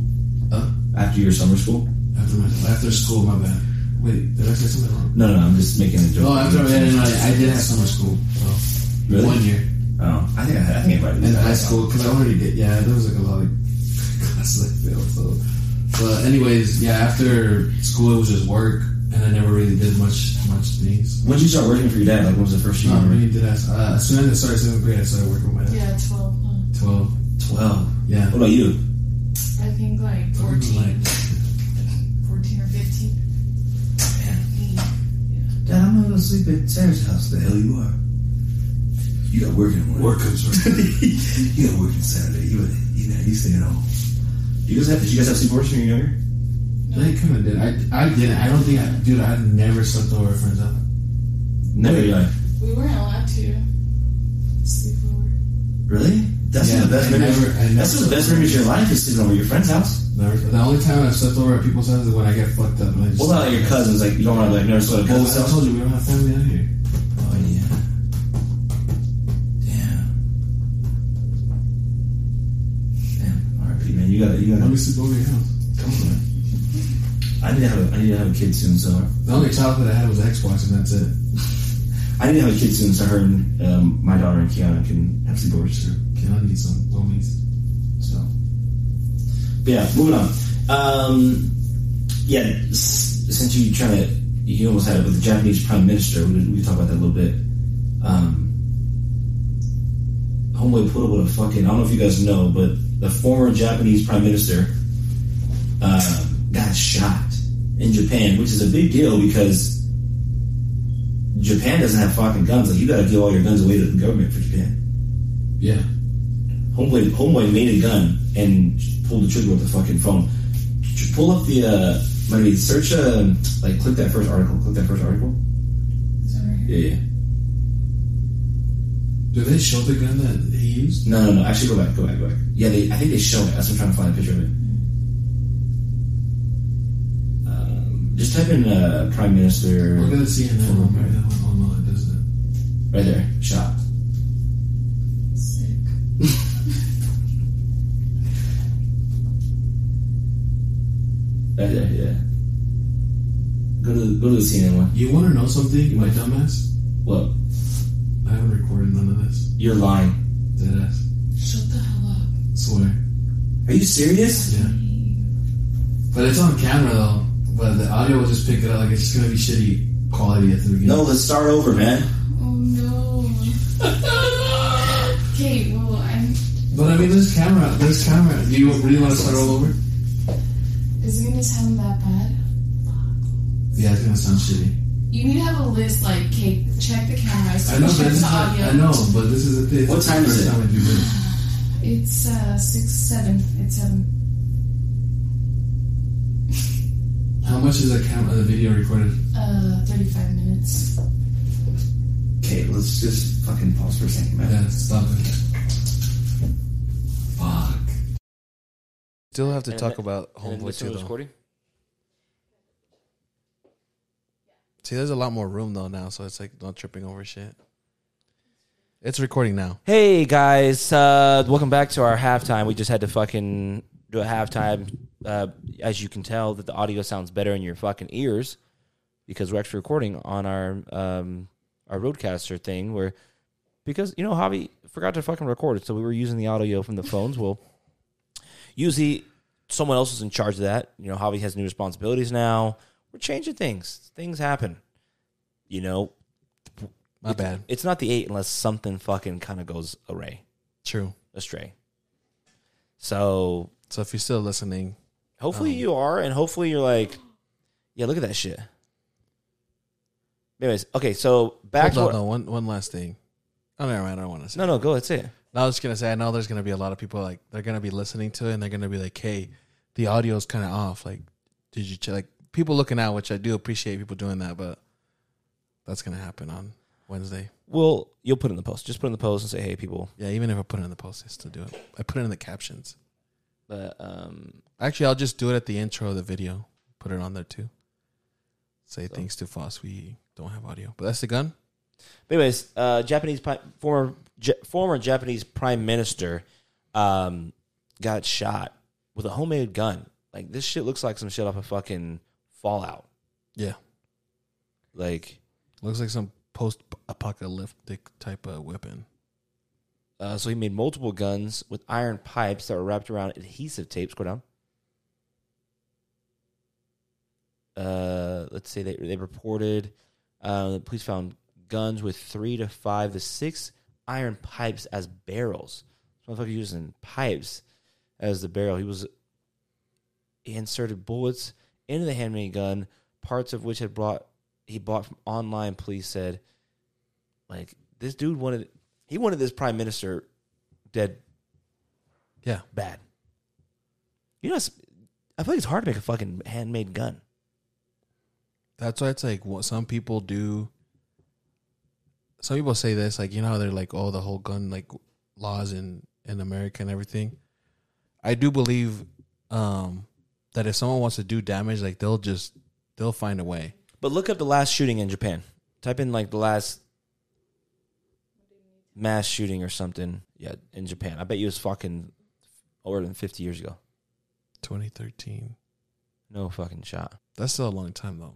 Huh? after your summer school. After my, after school, my bad. Wait, did I say something wrong? No, no, Oh, I'm just making a joke. No, after Oh, I, and I, I did have summer school. So Really? One year Oh, I think I, I think everybody in does that. high school because I already did. Yeah, there was like a lot of <laughs> classes I failed. So, but anyways, yeah, after school it was just work, and I never really did much much things. When did you start working for your dad? Like when was the first year? No, I you were- really did. Ask, uh, as soon as I started seventh grade, I started working with my dad. Yeah, 12. Huh? Twelve. Twelve. Yeah. What about you? I think like I remember, 14. like, 14 or 15. Dad, I'm gonna go sleep at Sarah's house. The hell you are? You got work in the morning. Work comes from. <laughs> you got work on Saturday. You you know you stay at home. You guys have? Did you guys have sleepovers when you were younger? <laughs> They kind of did. I, I didn't. I don't think I. Dude, I never slept over at a friend's house. Never. You're like, We weren't allowed to sleep over. really? That's Yeah, one of the best I memories. never- I never that's one of the best slept memories of your life is sleeping over at your friend's house. Never. The only time I've slept over at people's houses is when I get fucked up. And I just, Well, not like your cousins. Like you don't want to like never sleep at a Well, cousin's I house. told you we don't have family out here. Oh yeah. Damn. Damn. R.I.P. Man, you gotta you Let gotta me sleep over your house. come on. Man. I need to have a, I need to have a kid soon, so. The only childhood I had was Xbox, and that's it. I didn't have a kid soon, so her and um, my daughter and Kiana can have sleepovers too. Can I need some homies? So, but yeah, moving on. Um, yeah, s- since you trying to, you almost had it with the Japanese Prime Minister. We we can talk about that a little bit. Um, homeboy put up with a fucking. I don't know if you guys know, but the former Japanese prime minister uh, got shot in Japan, which is a big deal because Japan doesn't have fucking guns. Like you got to give all your guns away to the government for Japan. Yeah. Homeboy, homeboy made a gun and pulled the trigger with the fucking phone. Pull up the. Uh, I mean, search. Uh, like, click that first article. Click that first article. Is that right here? Yeah, yeah. Do they show the gun that he used? No, no, no. Actually, go back, go back, go back. Yeah, they, I think they show it. That's what I'm trying to find a picture of it. Um, just type in uh, Prime Minister We're gonna see in that Hold one. on. Maybe that one online, doesn't right there. Shot. Sick. Right there, yeah. Go to go to the CNN one. it? You want to know something, my dumbass? Well, I haven't recorded none of this. you're lying. Deadass. Shut the hell up. Swear. Are you serious? Yeah. But it's on camera though. But the audio will just pick it up. Like it's just gonna be shitty quality at the beginning. No, let's start over, man. Oh no. <laughs> Okay, well, I'm. But I mean, this camera, this camera. Do you really want to start all over? Is it gonna sound that bad? Yeah, it's gonna sound shitty. You need to have a list like, okay, check the camera, so I know, but check this is the not, audio. I know, but this is the thing. What This time the is first it? Time I do this. It's uh, 6 7. It's um, 7. How much is the camera, the video recorded? Uh, 35 minutes. Okay, let's just fucking pause for a second, man. Yeah, stop it. Fuck. Still have to And talk the- about And this one's recording? See, there's a lot more room though now, so it's like not tripping over shit. It's recording now. Hey guys, uh, welcome back to our halftime. We just had to fucking do a halftime. Uh, as you can tell, that the audio sounds better in your fucking ears because we're actually recording on our um, our roadcaster thing. Where because you know, Javi forgot to fucking record it, so we were using the audio from the phones. Well, usually someone else is in charge of that. You know, Javi has new responsibilities now. We're changing things. Things happen. You know, My bad. it's not the eight unless something fucking kind of goes array True. astray. So So if you're still listening, hopefully Um, you are, and hopefully you're like, yeah, look at that shit. Anyways, okay, so back hold on, to no, one one last thing. Oh, never mind. I don't want to say. no, no, go ahead, say it. I was just gonna say, I know there's gonna be a lot of people like they're gonna be listening to it and they're gonna be like, "Hey, the audio's kind of off." Like, did you check? Like, people looking out, which I do appreciate people doing that, but that's gonna happen on Wednesday. Well, you'll put it in the post. Just put it in the post and say, hey, people. Yeah, even if I put it in the post, I still do it. I put it in the captions. But um, Actually, I'll just do it at the intro of the video. Put it on there too. Say thanks to Foss, we don't have audio, but that's the gun. But anyways, uh, Japanese pri- former Ja- former Japanese prime minister um, got shot with a homemade gun. Like this shit looks like some shit off a fucking Fallout. Yeah, Like looks like some post-apocalyptic type of weapon. uh, so he made multiple guns with iron pipes that were wrapped around adhesive tape. Scroll down. Uh, let's say they they reported uh, the police found guns with three to five to six iron pipes as barrels. This motherfucker using pipes as the barrel. He was he inserted bullets into the handmade gun, parts of which had brought he bought from online. Police said, like this dude wanted he wanted this prime minister dead Yeah, bad. You know, it's, I feel like it's hard to make a fucking handmade gun. That's why it's like what some people do. Some people say this, like you know how they're like, oh, the whole gun like laws in in America and everything. I do believe um that if someone wants to do damage, like they'll just they'll find a way. But look up the last shooting in Japan. Type in like the last mass shooting or something. Yeah, in Japan. I bet you it was fucking older than 50 years ago. Twenty thirteen. No fucking shot. That's still a long time though.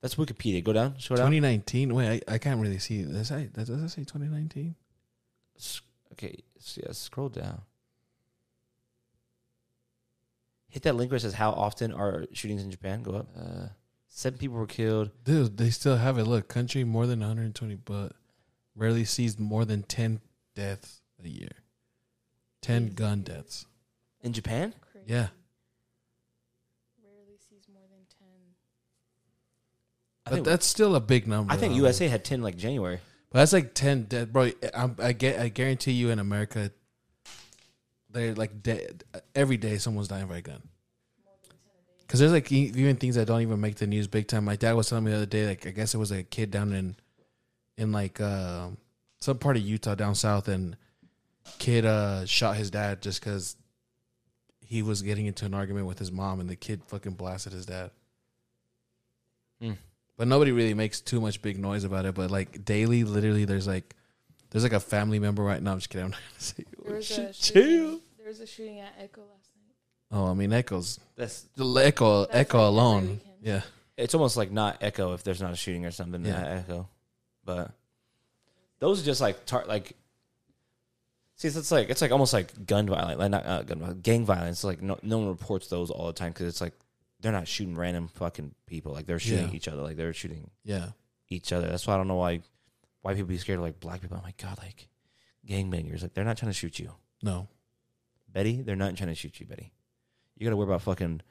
That's Wikipedia. Go down. Show down. Twenty nineteen. Wait, I, I can't really see. Does I does that say twenty nineteen? S- Okay, so yeah, scroll down. Hit that link where it says how often are shootings in Japan. Go up. Uh, seven people were killed. Dude, they still have it. Look, country more than one hundred and twenty, but rarely sees more than ten deaths a year. Ten gun deaths. in Japan. Crazy. Yeah, Rarely sees more than ten. I but think, that's still a big number. I think though. USA had ten like January. But that's like ten dead, bro. I, I get, I guarantee you, in America, they're like dead every day. Someone's dying by a gun. Because there's like e- even things that don't even make the news big time. My dad was telling me the other day, like I guess it was like, a kid down in, in like um some part of Utah down south, and kid uh, shot his dad just because he was getting into an argument with his mom, and the kid fucking blasted his dad. Hmm. But nobody really makes too much big noise about it. But like daily, literally, there's like there's like a family member right now. I'm just kidding. <laughs> I'm not gonna say. There was a chill. shooting, there was a shooting at Echo last night. Oh, I mean, echoes. That's Echo, That's echo like every alone. weekend. Yeah. it's almost like not echo if there's not a shooting or something Yeah. yeah. echo but those are just like tar- like see it's, it's like it's like almost like gun violence like not uh, gun violence, gang violence like no, no one reports those all the time because it's like they're not shooting random fucking people like they're shooting Yeah. each other like they're shooting Yeah. each other that's why i don't know why why people be scared of like black people i'm like god like gangbangers like they're not trying to shoot you No. betty they're not trying to shoot you betty you gotta worry about fucking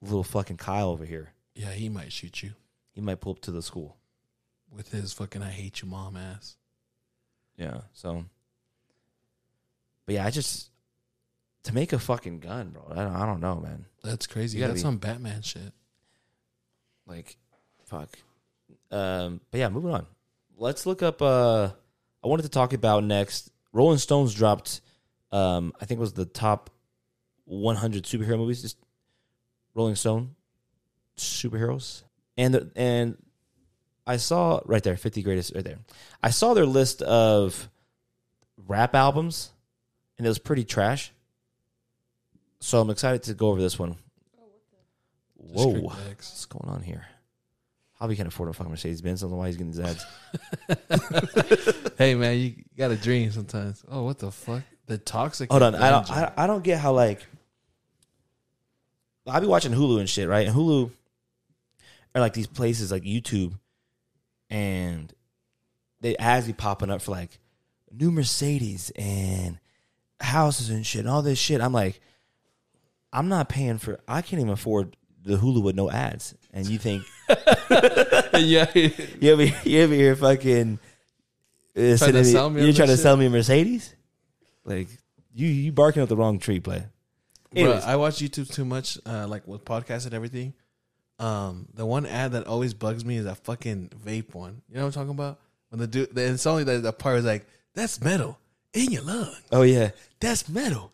little fucking kyle over here Yeah, he might shoot you he might pull up to the school with his fucking "I hate you, mom" ass. Yeah. So, but yeah, I just to make a fucking gun, bro. I don't, I don't know, man. That's crazy. You gotta That's be- some Batman shit. Like, fuck. Um. But yeah, moving on. Let's look up. Uh, I wanted to talk about next. Rolling Stones dropped. Um, I think it was the top 100 superhero movies. Just Rolling Stone superheroes, and the, and I saw right there 50 greatest right there. I saw their list of rap albums, and it was pretty trash. So I'm excited to go over this one. Whoa, Just quick legs. what's going on here? Javi can't afford a fucking Mercedes Benz. I don't know why he's getting these ads. <laughs> hey man, you gotta dream sometimes. Oh, what the fuck? The toxic. Hold on, I don't, avenger. I, I don't get how like I be watching Hulu and shit, right? And Hulu are like these places like YouTube, and they ads be popping up for like new Mercedes and houses and shit and all this shit. I'm like, I'm not paying for. I can't even afford the Hulu with no ads. And you think <laughs> <laughs> yeah, you ever you ever hear fucking uh, trying to sell me on you this trying to shit? sell me a Mercedes? Like you you barking up the wrong tree, play. Bro, Anyways. I watch YouTube too much, uh, like with podcasts and everything. Um, the one ad that always bugs me is that fucking vape one. You know what I'm talking about? When the dude, the, it's only that the part is like, "That's metal in your lung. Oh yeah, That's metal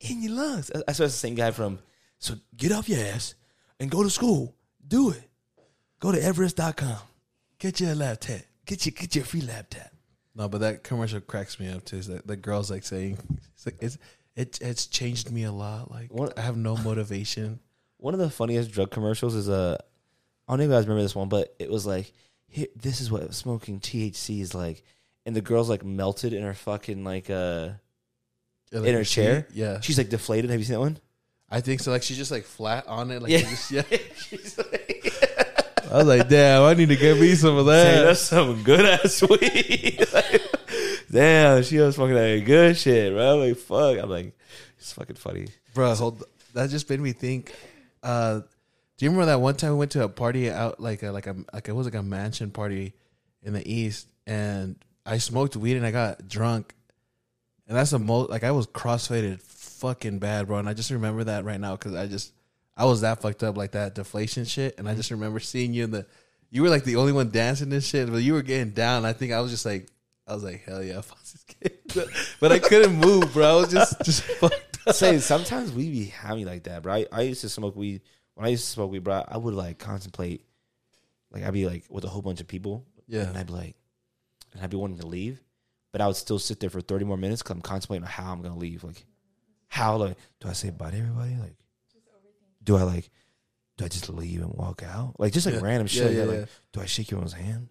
in your lungs." I, I saw the same guy from. So get off your ass and go to school. Do it. Go to Everest.com. Get you a laptop. Get your get your free laptop. No, but that commercial cracks me up too. Is that the girl's like saying, it's like, it's, it, it's changed me a lot. Like, What- I have no motivation. One of the funniest drug commercials is uh, I don't know if you guys remember this one, but it was like, here, this is what smoking THC is like, and the girl's like melted in her fucking like uh, in her chair? Yeah. she's like deflated. Have you seen <laughs> that one? I think so. Like, she's just like flat on it. Like, Yeah. yeah. Just, yeah. I was like, damn, I need to get me some of Hey, that. that's some good ass <laughs> weed. Damn, she was fucking that good shit, bro. I'm like, fuck. I'm like, it's fucking funny. Bro, hold, that just made me think. Uh, do you remember that one time we went to a party out, like a, like a, like it was like a mansion party in the East, and I smoked weed and I got drunk. And that's the most, like, I was crossfaded fucking bad, bro. And I just remember that right now because I just, I was that fucked up, like that deflation shit. And I just remember seeing you in the, you were like the only one dancing this shit, but you were getting down. I think I was just like, I was like, hell yeah, <laughs> Fozzie's kid. but I couldn't move, bro. I was just, just <laughs> fucked up. <laughs> Say sometimes we be hammy like that, bro. I, I used to smoke weed when I used to smoke weed, bro. I would like contemplate, like I'd be like with a whole bunch of people, Yeah. and I'd be like, and I'd be wanting to leave, but I would still sit there for thirty more minutes because I'm contemplating how I'm gonna leave. Like, how like do I say bye to everybody? Like, do I like do I just leave and walk out? Like just like Yeah. random Yeah, shit. yeah, like, that, yeah. like do I shake everyone's hand?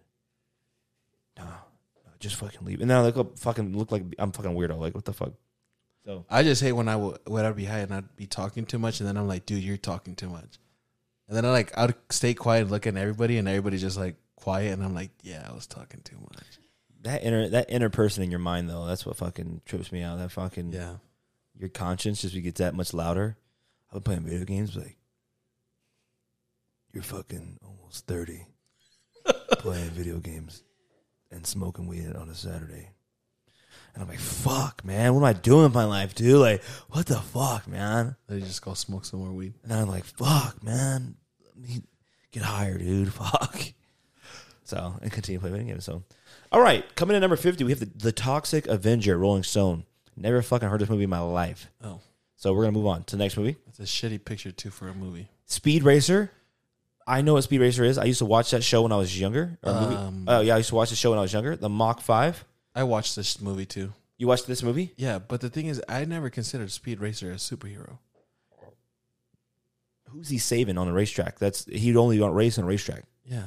No, no, just fucking leave. And then I look up, fucking look like I'm fucking weirdo. Like what the fuck? So I just hate when I would when I'd be high and I'd be talking too much, and then I'm like, dude, you're talking too much. And then I like I'd stay quiet, looking at everybody, and everybody just like quiet, and I'm like, yeah, I was talking too much. that inner that inner person in your mind though. That's what fucking trips me out. That fucking Yeah. your conscience just gets that much louder. I've been playing video games like you're fucking almost thirty, playing video games and smoking weed on a Saturday. And I'm like, fuck, man, what am I doing with my life, dude? Like, what the fuck, man? They just go smoke some more weed. And then I'm like, fuck, man. Let me get higher, dude. <laughs> Fuck. So, and continue playing video games. So, all right. Coming in number 50, we have the, the Toxic Avenger, Rolling Stone. Never fucking heard this movie in my life. Oh. So, we're going to move on to the next movie That's a shitty picture too for a movie. Speed Racer. I know what Speed Racer is. I used to watch that show when I was younger. Or movie. Um, Oh, yeah. I used to watch the show when I was younger. The Mach 5. I watched this movie too. You watched this movie? Yeah, but the thing is, I never considered Speed Racer a superhero. Who's he saving on the racetrack? That's He'd only want race on a racetrack. Yeah.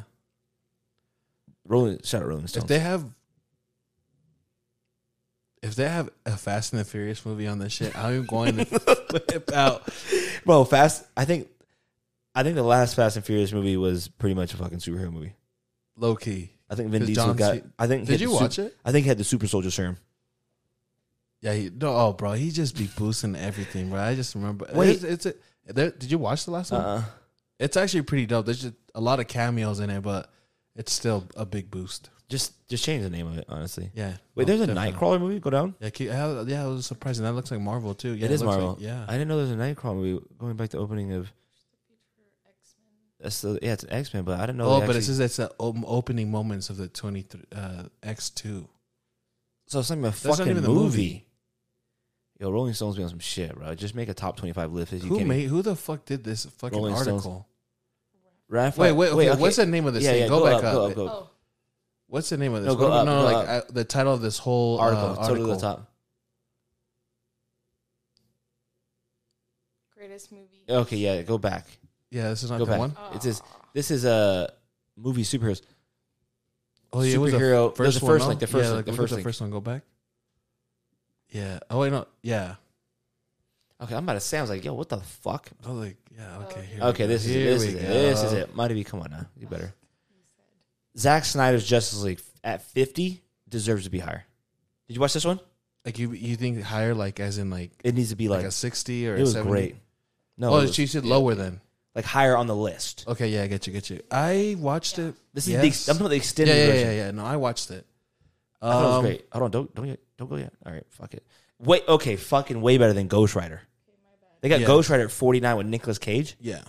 Rolling, shout out Rolling Stone. If they have, if they have a Fast and the Furious movie on this shit, I'm going <laughs> to flip out. Bro, Fast. I think, I think the last Fast and Furious movie was pretty much a fucking superhero movie. Low key. I think Vin 'Cause Diesel John got. C- I think he Did had you the watch sup- it? I think he had the super soldier serum. Yeah. He, no, oh, bro, he just be boosting everything, bro. I just remember. it's, Wait. it's a, there, did you watch the last one? Uh, It's actually pretty dope. There's just a lot of cameos in it, but it's still a big boost. just just change the name of it, honestly. Yeah. Wait, Oh, there's a definitely. Nightcrawler movie. Go down. Yeah, keep, yeah, yeah, it was surprising. That looks like Marvel too. Yeah, it is looks Marvel. Like, yeah, I didn't know there's a Nightcrawler movie. Going back to opening of. That's the, yeah, it's an X Men, but I didn't know. oh, they but it actually- says it's the op- opening moments of the twenty three uh, X two. so it's not even a That's fucking not even the movie. movie. Yo, Rolling Stones be on some shit, bro. Just make a top twenty five list. If you Who can. made? Who the fuck did this fucking Rolling Stones. article? Raph, Wait, wait, okay, wait. What's the name of this yeah, thing? yeah, go, back up. Go up. Go up. Oh, What's the name of this? No, go What- up, go like I, the title of this whole Article. Uh, Totally article. the top. greatest movie. Okay, yeah. Go back. Yeah, this is not Go the back. one. Oh. It says this is a movie superheroes. Oh, yeah, it was the Superhero- no, the first no? link, the first yeah, link, the look at first the link. first one. Go back. Yeah. Oh wait, no. Yeah. Okay, I'm about to say, I was like, yo, what the fuck? Oh, like yeah. Oh, Okay. okay. Here we Okay, go. this is it. Here This we is it. go. This is it. Might be. Come on now, you better. You said. Zack Snyder's Justice League at 50 deserves to be higher. Did you watch this one? Like you, you think higher, like as in like It needs to be like, like, a sixty or it a was 70? great. No, oh, it was- she said lower then. like higher on the list. Okay, yeah, I get you, get you. I watched it. This is yes. the, ex- I'm talking about the yeah, extended yeah, yeah, version. yeah, yeah. No, I watched it. I thought it was Um, great. Hold on, don't don't yet- don't go yet. All right, fuck it. Wait, okay, fucking way better than Ghost Rider. They got Yeah. Ghost Rider at 49 with Nicolas Cage. Yeah,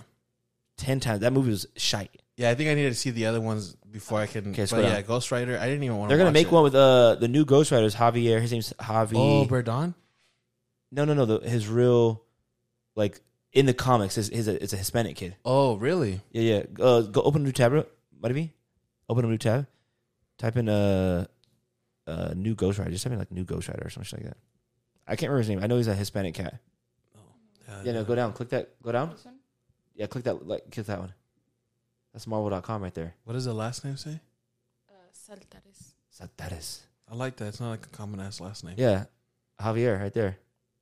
Ten times that movie was shite. yeah. I think I needed to see the other ones before I can. Okay, scroll but yeah, down. Ghost Rider. I didn't even want. They're gonna watch make it. one with uh the new Ghost Rider's Javier. His name's Javier. Oh, Verdon. No, no, no. The, his real, like in the comics, is his it's a Hispanic kid. Oh, really? Yeah, yeah. Uh, go open a new tab. Might it be? Open a new tab. Type in uh, uh, new Ghost Rider. Just type in like new Ghost Rider or something like that. I can't remember his name. I know he's a Hispanic cat. Yeah, no. Go down. Click that. Go down. This one? Yeah, click that. Like, click that one. That's Marvel.com right there. What does the last name say? Uh, Saltares. Sataris. I like that. It's not like a common ass last name. Yeah, Javier right there.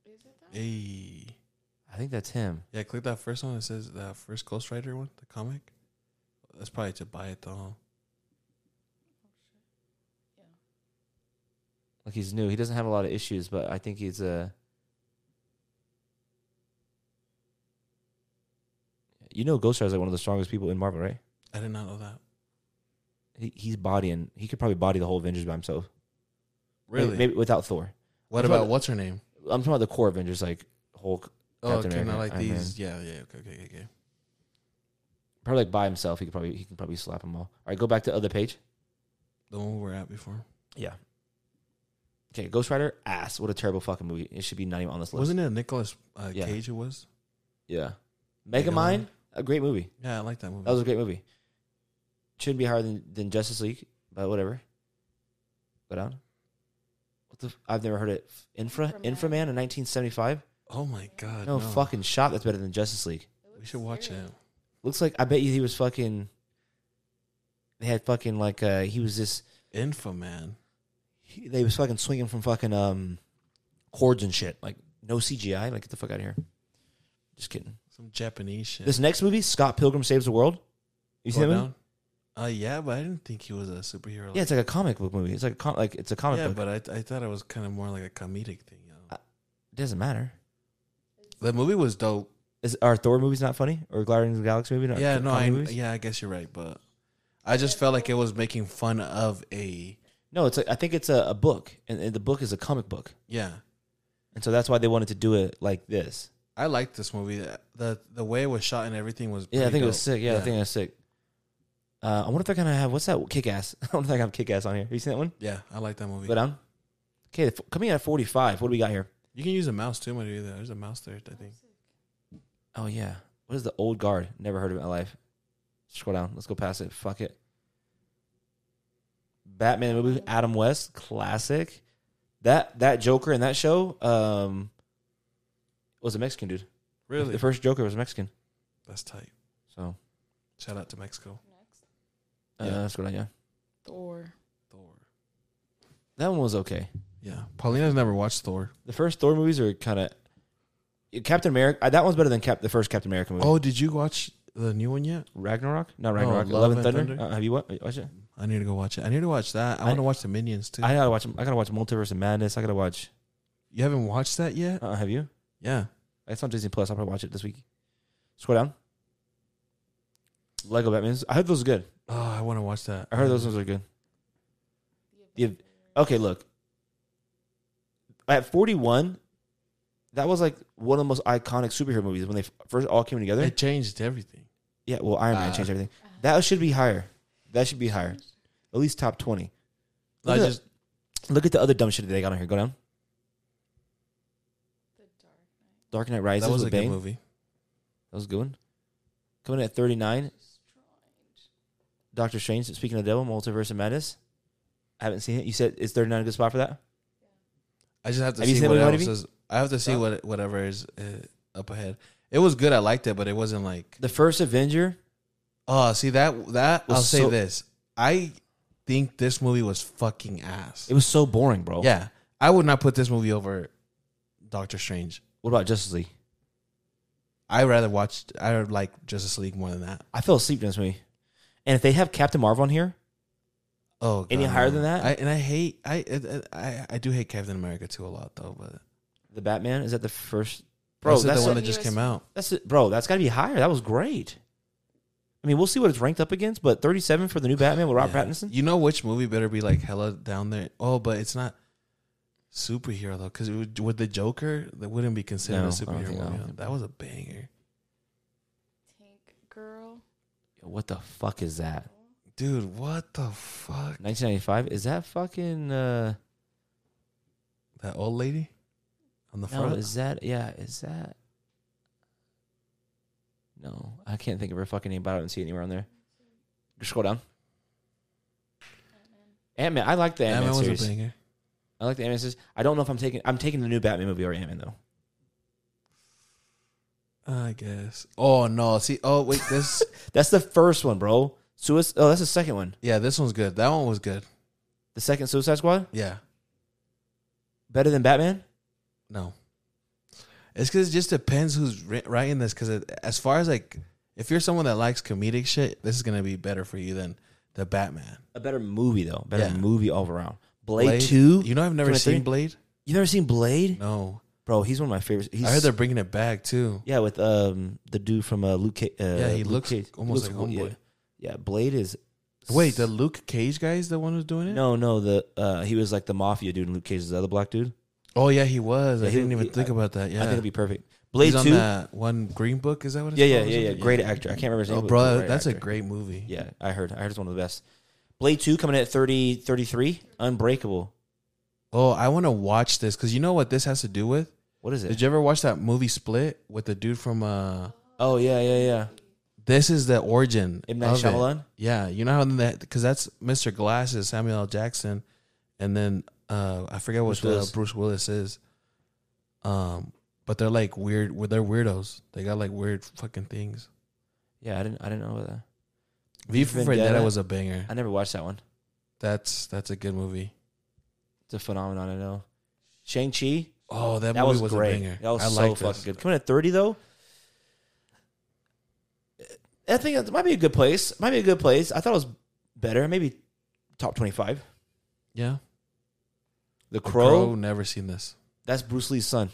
Is it that? Hey. I think that's him. Yeah, click that first one. It says that first Ghost Rider one, the comic. That's probably to buy it though. Oh, Like he's new. He doesn't have a lot of issues, but I think he's a. You know, Ghost Rider's like one of the strongest people in Marvel, right? I did not know that. He, he's bodying. He could probably body the whole Avengers by himself. Maybe- Really? Maybe, without Thor. what I'm about talking- what's her name? I'm talking about the core Avengers, like Hulk, Oh, Captain okay, America, not like Iron Man. these. Yeah, yeah, okay, okay, okay, okay. Probably like by himself, he could probably he can probably slap them all. All right, go back to other page. The one we were at before. Yeah. Okay, Ghost Rider ass. What a terrible fucking movie. It should be not even on this list. Wasn't it Nicholas uh, Yeah. Cage? It was. Yeah. Megamind? Megamind, a great movie. Yeah, I like that movie. That was a great movie. Shouldn't be higher than, than Justice League, but whatever. Go down. What the? F- I've never heard it. Infra Inframan. Inframan in 1975. oh my god! No, No, fucking shot. That's better than Justice League. It We looks should watch scary. it. Looks like I bet you he was fucking. They had fucking like uh he was this. Infoman. He, they was fucking swinging from fucking um cords and shit. Like no CGI. Like get the fuck out of here. Just kidding. Some Japanese shit. This next movie, Scott Pilgrim Saves the World. You Go see that movie? down. Uh, yeah, but I didn't think he was a superhero. Yeah, it's like a comic book movie. It's like a com- like it's a comic yeah, book. but I, th- I thought it was kind of more like a comedic thing. You know? Uh, it doesn't matter. the movie was dope. Is are Thor movies not funny or Guardians of the Galaxy movie? Not yeah, co- no, comedy I, movies? yeah, I guess you're right, but I just felt like it was making fun of a no. It's like, I think it's a, a book, and, and the book is a comic book, yeah. and so that's why they wanted to do it like this. I liked this movie. The the way it was shot and everything was Yeah, I pretty think it was dope. sick. Yeah, I think it was sick. Uh, I wonder if they're gonna have what's that kick ass? <laughs> I don't think I have kick ass on here. Have you seen that one? yeah, I like that movie. Go down. Okay, f- coming in at forty five. What do we got here? you can use a mouse too, my dude. There's a mouse there. I think Oh yeah. What is the old guard? Never heard of it in my life. Scroll down. Let's go past it. Fuck it. Batman the movie, Adam West, classic. That that Joker in that show um was a Mexican dude. really The first Joker was Mexican. that's tight. So Shout out to Mexico. Next. uh, Yeah. let's go down. Yeah, Thor. Thor. that one was okay. Yeah, Paulina's never watched Thor. The first Thor movies are kind of Captain America. uh, That one's better than Cap, the first Captain America movie. Oh, did you watch the new one yet? Ragnarok? Not Ragnarok. Love Love and and Thunder. Thunder. Uh, have you wa- watched it? I need to go watch it. I need to watch that. I, I- want to watch the Minions too. I gotta watch. I gotta watch Multiverse of Madness. I gotta watch. you haven't watched that yet? Uh, have you? yeah. It's on Disney Plus. I'll probably watch it this week. Scroll down. Lego Batman. I heard those are good. Oh, I want to watch that. I heard those ones are good. The Yeah, Okay, look. At 41, that was like one of the most iconic superhero movies when they f- first all came together. It changed everything. yeah, well, Iron Man Uh, changed everything. Uh-huh. That should be higher. That should be higher. At least top 20. I Look at just Look at the other dumb shit that they got on here. Go down. The Dark Knight. Dark Knight Rises that was a with Bane. good movie. That was a good one. Coming in at 39, Destroyed. Doctor Strange, Speaking of the Devil, Multiverse of Madness. I haven't seen it. You said, is 39 a good spot for that? I just have to Have you see seen what it else already? is. I have to see Huh? what whatever is uh, up ahead. It was good. I liked it, but it wasn't like. The first Avenger, Oh, see that that Was I'll say so- this. I think this movie was fucking ass. it was so boring, bro. yeah, I would not put this movie over Doctor Strange. What about Justice League? I rather watch. I would like Justice League more than that. I fell asleep in this movie. And if they have Captain Marvel on here, Oh, God, Any higher no. than that? I, and I hate. I, I I I do hate Captain America too a lot though. But the Batman, is that the first? Bro, That's that's, the one a- that just US came out. that's a- bro, that's got to be higher. That was great. I mean, we'll see what it's ranked up against, but 37 for the new Batman with Rob Yeah. Pattinson? You know which movie better be like hella down there? Oh, but it's not superhero though, because would, with the Joker, that wouldn't be considered No, a I don't superhero think- I don't movie. think- That was a banger, Tank Girl. Yo, What the fuck is that? dude. What the fuck? 1995? Is that fucking. uh That old lady on the No, front. is that yeah? Is that no? I can't think of her fucking name, but I don't see it anywhere on there. Just scroll down. Ant Man. I like the Ant Man Batman was a series. banger. I like the Ant Man series. I don't know if I'm taking. I'm taking the new Batman movie or Ant Man though. I guess. Oh no! See, oh wait, this. <laughs> <laughs> That's the first one, bro. Suicide. Oh, that's the second one. yeah, this one's good. That one was good. The second Suicide Squad Yeah. better than Batman. No. It's because it just depends who's ri- writing this. Because as far as like, if you're someone that likes comedic shit, this is gonna be better for you than the Batman. A better movie though. Better Yeah. movie all around. Blade, Two. You know, I've never 23? seen Blade. You never seen Blade, No, bro? He's one of my favorites. He's, I heard they're bringing it back too. Yeah, with um the dude from uh, Luke. Ca- uh, Yeah, he Luke looks Cage. almost like yeah. Homeboy. Yeah, Blade is. Wait, the Luke Cage guy is the one who's doing it. no, no, the uh, he was like the mafia dude, and Luke Cage is the other black dude. Oh yeah, he was. Yeah, I he- didn't even he- think about that. Yeah, I think it'd be perfect. Blade He's two. on Yeah, that one Green Book. Is that what? It's yeah, yeah, called or yeah, something? Great actor. I can't remember his name. Oh, but bro, great that's a actor. great movie. Yeah, I heard. I heard it's one of the best. Blade two coming in at 30, 33. Unbreakable. Oh, I want to watch this because you know what this has to do with. What is it? Did you ever watch that movie Split with the dude from? uh oh yeah, yeah, yeah. This is the origin. M Night of it. Shyamalan. Yeah, you know how that because that's Mr. Glass is Samuel L. Jackson, and then uh, I forget what Bruce the Willis. Bruce Willis is. Um, but they're like weird. well, They're weirdos. They got like weird fucking things. Yeah, I didn't. I didn't know that. V for Vendetta. Vendetta was a banger. I never watched that one. That's that's a good movie. It's a phenomenon. I know. Shang Chi. Oh, that, That, movie was, was, a great. banger. That was I so like fucking this. good. Coming at thirty though, I think it might be a good place. Might be a good place. I thought it was better. Maybe top twenty-five. Yeah. The The Crow. never seen this. That's Bruce Lee's son.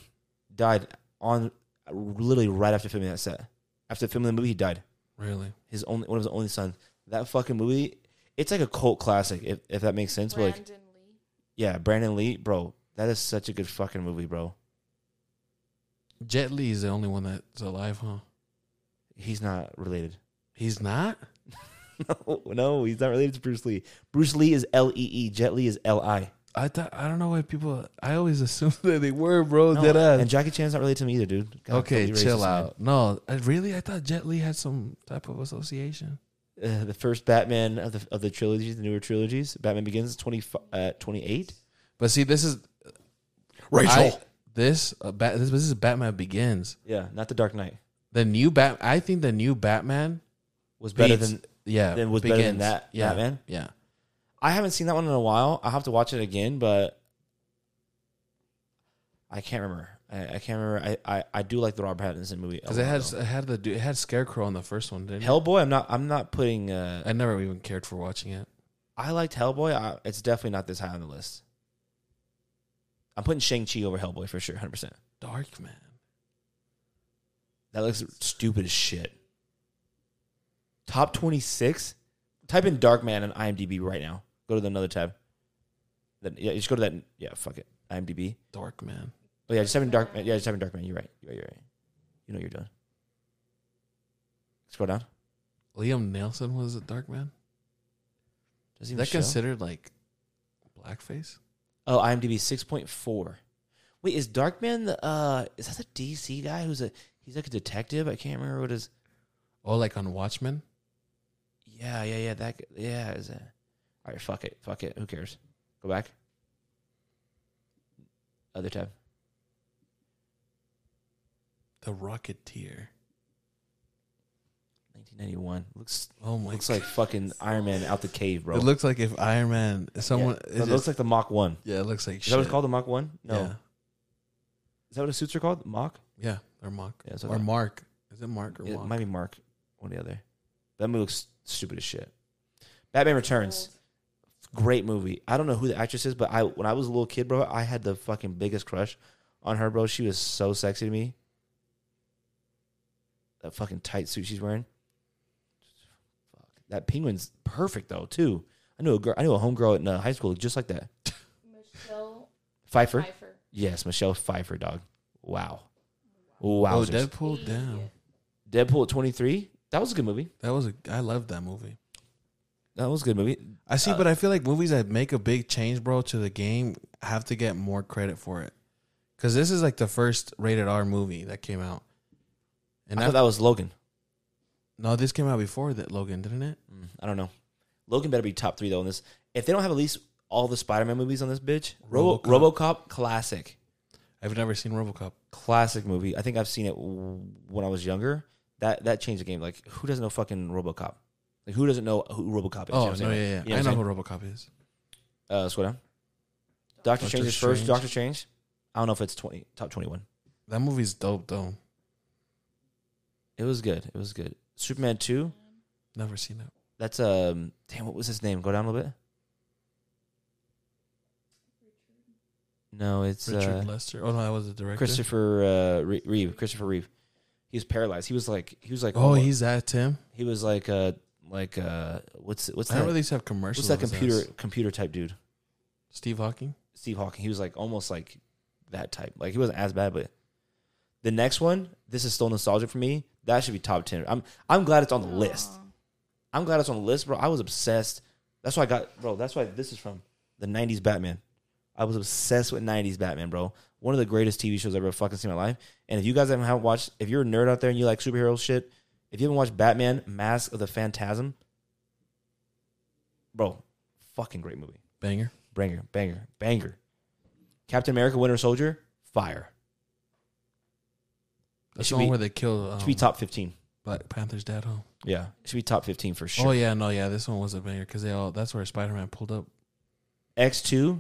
Died on literally right after filming that set. After filming the movie, he died. Really? His only one of his only sons. That fucking movie. It's like a cult classic, if, if that makes sense. But like, Brandon Lee. yeah, Brandon Lee, bro, that is such a good fucking movie, bro. Jet Li is the only one that's alive, huh? He's not related. He's not? No, Oh, no, he's not related to Bruce Lee. Bruce Lee is L E E. Jet Lee is L I. I thought I don't know why people I always <laughs> assumed that they were, bro. No, Oh, Dead ass. and Jackie Chan's not related to me either, dude. God, okay, don't be chill racist, man. out. No, I really I thought Jet Li had some type of association. Uh, the first Batman of the of the trilogies, the newer trilogies, Batman Begins, 20, uh, 28. But see, this is I, this uh, bat, this this is Batman Begins. Yeah, not the Dark Knight. The new Bat I think the new Batman Was better beats- than yeah than was better than that yeah Batman? yeah I haven't seen that one in a while. I'll have to watch it again, but I can't remember. I, I can't remember. I, I, I do like the Rob Pattinson movie. a because it lot, had though. it had the dude- it had Scarecrow in the first one didn't it? Hellboy. I'm not. I'm not putting. Uh, I never even cared for watching it. I liked Hellboy. I, it's definitely not this high on the list. I'm putting Shang Chi over Hellboy for sure, hundred percent. Dark man. That looks stupid as shit. Top 26. Type in Darkman on IMDb right now. Go to the another tab. Then yeah, just go to that. Yeah, fuck it. IMDb. Dark man. Oh yeah, just type in Darkman. Yeah, just type in Darkman. You're right. You're right. You're right. You know what you're doing. Scroll down. Liam Nelson was a dark man. Does Is even that show? considered like blackface? Oh, IMDb 6.4. Wait, is Darkman the uh? Is that the DC guy who's a? He's like a detective. I can't remember what his. Oh, like on Watchmen. Yeah, yeah, yeah. That g- yeah is it. All right, fuck it, fuck it. Who cares? Go back. Other tab. The Rocketeer. 1991 looks Oh my. looks like fucking Iron Man out the cave, bro. It looks like if Iron Man, if Yeah. someone. No, it looks like the Mach One. Yeah, it looks like. Is shit. that what it's called? The Mach One? No. Yeah, Is that what the suits are called? Mach? yeah, or Mark, Yeah, that's what or I- Mark. Is it Mark or It Mark? might be Mark. One or the other. That movie looks stupid as shit. Batman Returns. great movie. I don't know who the actress is, but I when I was a little kid, bro, I had the fucking biggest crush on her, bro. She was so sexy to me. That fucking tight suit she's wearing. Fuck. That penguin's perfect though, too. I knew a girl I knew a homegirl in uh, high school just like that. Michelle Pfeiffer. Pfeiffer. Yes, Michelle Pfeiffer, dog. Wow. Wow. oh, Deadpool. Damn, Deadpool at 23. That was a good movie. that was a. I love that movie. That was a good movie. I see, Uh, but I feel like movies that make a big change, bro, to the game have to get more credit for it. Because this is like the first rated R movie that came out, and I I thought that was Logan. no, this came out before that Logan, didn't it? Mm, I don't know. Logan better be top three though. On this, if they don't have at least all the Spider-Man movies on this bitch, Robo- RoboCop, RoboCop. classic, I've never seen RoboCop. classic movie. I think I've seen it w- when I was younger. That that changed the game. Like, who doesn't know fucking RoboCop? Like, who doesn't know who RoboCop is? You know Oh what I'm no, saying? yeah, yeah. You I what know I'm who RoboCop is. saying? Uh, scroll down. Doctor, Doctor Strange is first. Strange. Doctor Strange. I don't know if it's twenty top twenty-one. That movie's dope, though. It was good. It was good. Superman two. Never seen it. That's um. Damn, what was his name? Go down a little bit. No, it's Richard uh, Lester. Oh no, that was the director. Christopher uh, Re- Reeve. Christopher Reeve. He was paralyzed. He was like he was like Oh, almost- he's that Tim. he was like uh like uh what's what's I that remember they used to have what's commercials. that of his computer ass. computer type dude Steve Hawking. Steve Hawking. He was like almost like that type. Like he wasn't as bad, but the next one this is still nostalgic for me. That should be top ten. I'm I'm glad it's on the list. I'm glad it's on the list, bro. I was obsessed. That's why I got, bro. That's why this is from the '90s Batman. I was obsessed with '90s Batman, bro. One of the greatest TV shows I've ever fucking seen in my life. And if you guys haven't haven't watched, if you're a nerd out there and you like superhero shit, if you haven't watched Batman: Mask of the Phantasm, bro, fucking great movie, Banger. banger, banger, banger. Captain America: Winter Soldier, fire. That's the should one be- where they killed um, It should be top fifteen. Black Panther's dad. Huh? Yeah, it should be top fifteen for sure. Oh yeah, no, yeah. This one was a banger because they all. That's where Spider Man pulled up. X two,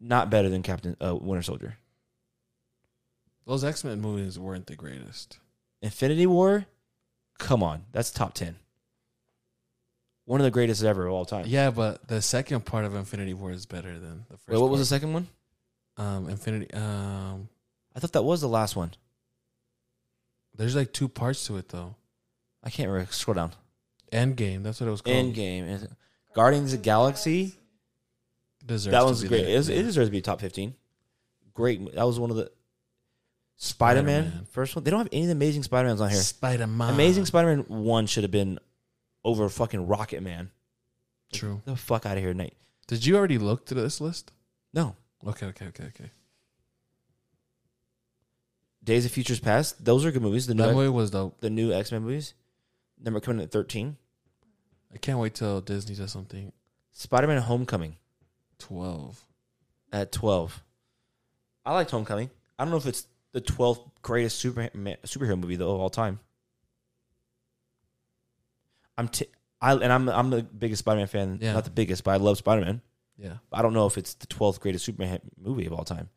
not better than Captain uh, Winter Soldier. Those X Men movies weren't the greatest. Infinity War, come on, that's top ten. One of the greatest ever of all time. Yeah, but the second part of Infinity War is better than the first. Wait, what was the part. second one? Um, Infinity. Um, I thought that was the last one. there's like two parts to it though. I can't remember. Scroll down. Endgame. That's what it was called. Endgame. is- Guardians of the Galaxy. Deserves That to one's be great. there. It, was- Yeah. it deserves to be top fifteen. Great. mo- That was one of the Spider Man Spider-Man. first one. They don't have any of the Amazing Spider Mans on here. Spider-Man. Amazing Spider Man one should have been over fucking Rocket Man. True. The fuck out of here, Nate. Did you already look to this list? No. Okay, okay, okay, okay. Days of Futures Past. Those are good movies. The new That movie was dope. the new X Men movies. Number coming in at thirteen. I can't wait till Disney does something. Spider Man Homecoming Twelve. at twelve. I liked Homecoming. I don't know if it's the twelfth greatest super superhero movie though of all time. I'm t- I and I'm I'm the biggest Spider Man fan. Yeah. Not the biggest, but I love Spider Man. Yeah. I don't know if it's the twelfth greatest Superman movie of all time.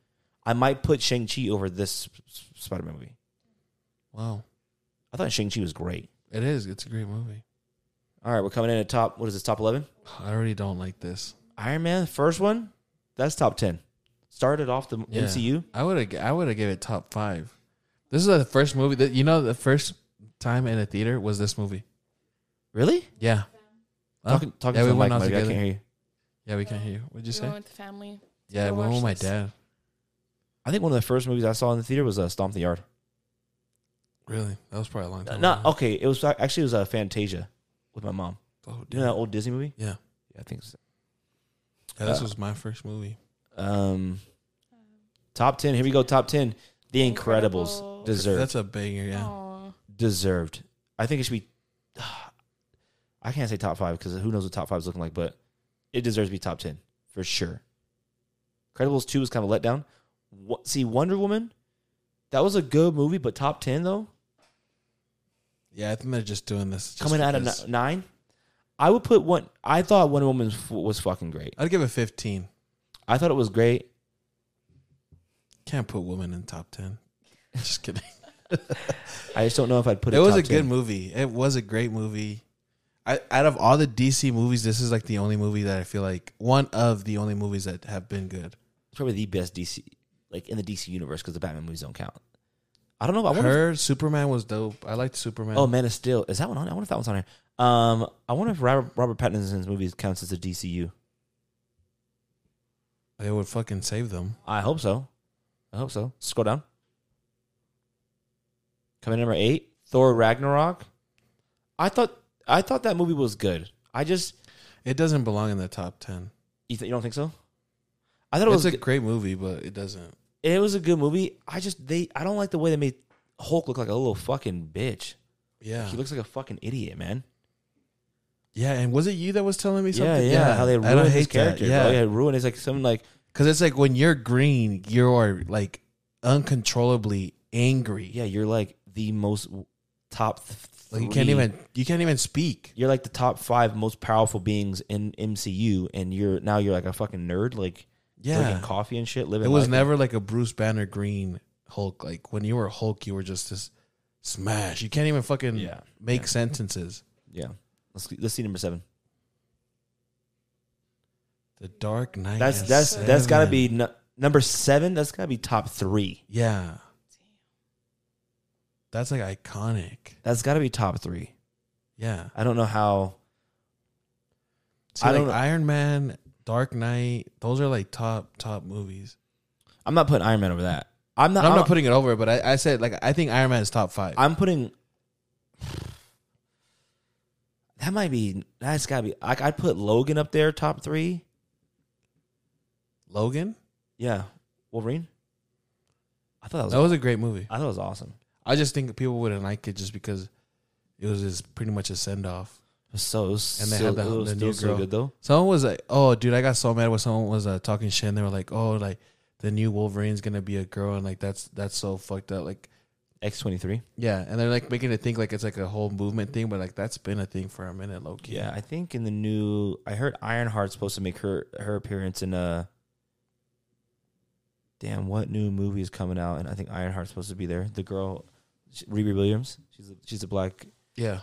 I might put Shang Chi over this Spider Man movie. Wow. I thought Shang Chi was great. It is. It's a great movie. All right, we're coming in at top. What is this? Top eleven? I already don't like this. Iron Man, first one, that's top ten. Started off the Yeah. MCU. I would have. I would have gave it top five. This is the first movie that you know. The first time in a theater was this movie. Really? Yeah. Huh? Talking, talking yeah, to we the mic, went out Mike. I can't together. hear you. Yeah, we can hear you. What'd you We say? went with the family. Yeah, I go went watch with my this. dad. I think one of the first movies I saw in the theater was uh, Stomp the Yard. Really? That was probably a long time. Uh, No, ago. okay, it was actually it was uh, Fantasia with my mom. Oh, You know that old Disney movie? Yeah. Yeah, I think. So. Yeah, this Uh, was my first movie. Um, top ten. Here we go. Top ten. The Incredibles, Incredibles. deserved That's a banger. Yeah. Aw. deserved. I think it should be. <sighs> I can't say top five because who knows what top five is looking like, but it deserves to be top ten for sure. Credibles two was kind of a letdown. What, see, Wonder Woman, that was a good movie, but top ten though, Yeah, I think they're just doing this. Just coming out of because- ni- nine, I would put one. I thought Wonder Woman f- was fucking great. I'd give it 15. I thought it was great. Can't put woman in top 10. Just kidding. I just don't know if I'd put It it. was top a good 10. movie. It was a great movie. I, out of all the DC movies, this is like the only movie that I feel like one of the only movies that have been good. It's probably the best DC, like in the DC universe, because the Batman movies don't count. I don't know. I wonder if Her Superman was dope. I liked Superman. Oh, Man of Steel. Is that one on? I wonder if that one's on here. Um, I wonder if Robert, Robert Pattinson's movies counts as a DCU. they would fucking save them. I hope so. I hope so. Scroll down. Coming in number eight, Thor Ragnarok. I thought I thought that movie was good. I just It doesn't belong in the top ten. you, th- you don't think so? I thought it It's was a good- great movie, but it doesn't. it was a good movie. I just they I don't like the way they made Hulk look like a little fucking bitch. Yeah, He looks like a fucking idiot, man. yeah. And was it you that was telling me something? Yeah, yeah. How they I don't ruined his hate character. character. Yeah, Yeah, yeah. Ruin is like something like because it's like when you're green, you're like uncontrollably angry. yeah, you're like the most w- top. Th- like you can't three- even you can't even speak. You're like the top five most powerful beings in MCU, and you're now you're like a fucking nerd, like Yeah, drinking coffee and shit. Living it was life. never like a Bruce Banner green Hulk. Like when you were Hulk, you were just this smash. You can't even fucking Yeah. make Yeah. sentences. Yeah, let's let's see number seven. The Dark Knight. That's has that's seven. that's gotta seven. be nu- number seven. That's gotta be top three. yeah. That's like iconic. That's gotta be top three. Yeah. I don't know how. See, I like don't know. Iron Man, Dark Knight, those are like top top movies. I'm not putting Iron Man over that. I'm not. And I'm I'm, not putting it over, it, but I, I said like I think Iron Man is top five. I'm putting. That might be. That's gotta be. Like I'd put Logan up there, top three. Logan, Yeah, Wolverine. I thought that was. that was a great movie. I thought it was awesome. I just think people wouldn't like it just because it was just pretty much a send off. It was so. It was And they so, had the- it was the still new so girl. good though. Someone was like, "Oh, dude, I got so mad when someone was uh, talking shit." and They were like, "Oh, like the new Wolverine's gonna be a girl," and like that's that's so fucked up. Like, X twenty three. yeah, and they're like making it think like it's like a whole movement thing, but like that's been a thing for a minute, low key. Yeah, I think in the new. I heard Ironheart's supposed to make her her appearance in a. Damn, what new movie is coming out? And I think Ironheart's supposed to be there. The girl, she- Riri Williams. She's a, she's a black yeah,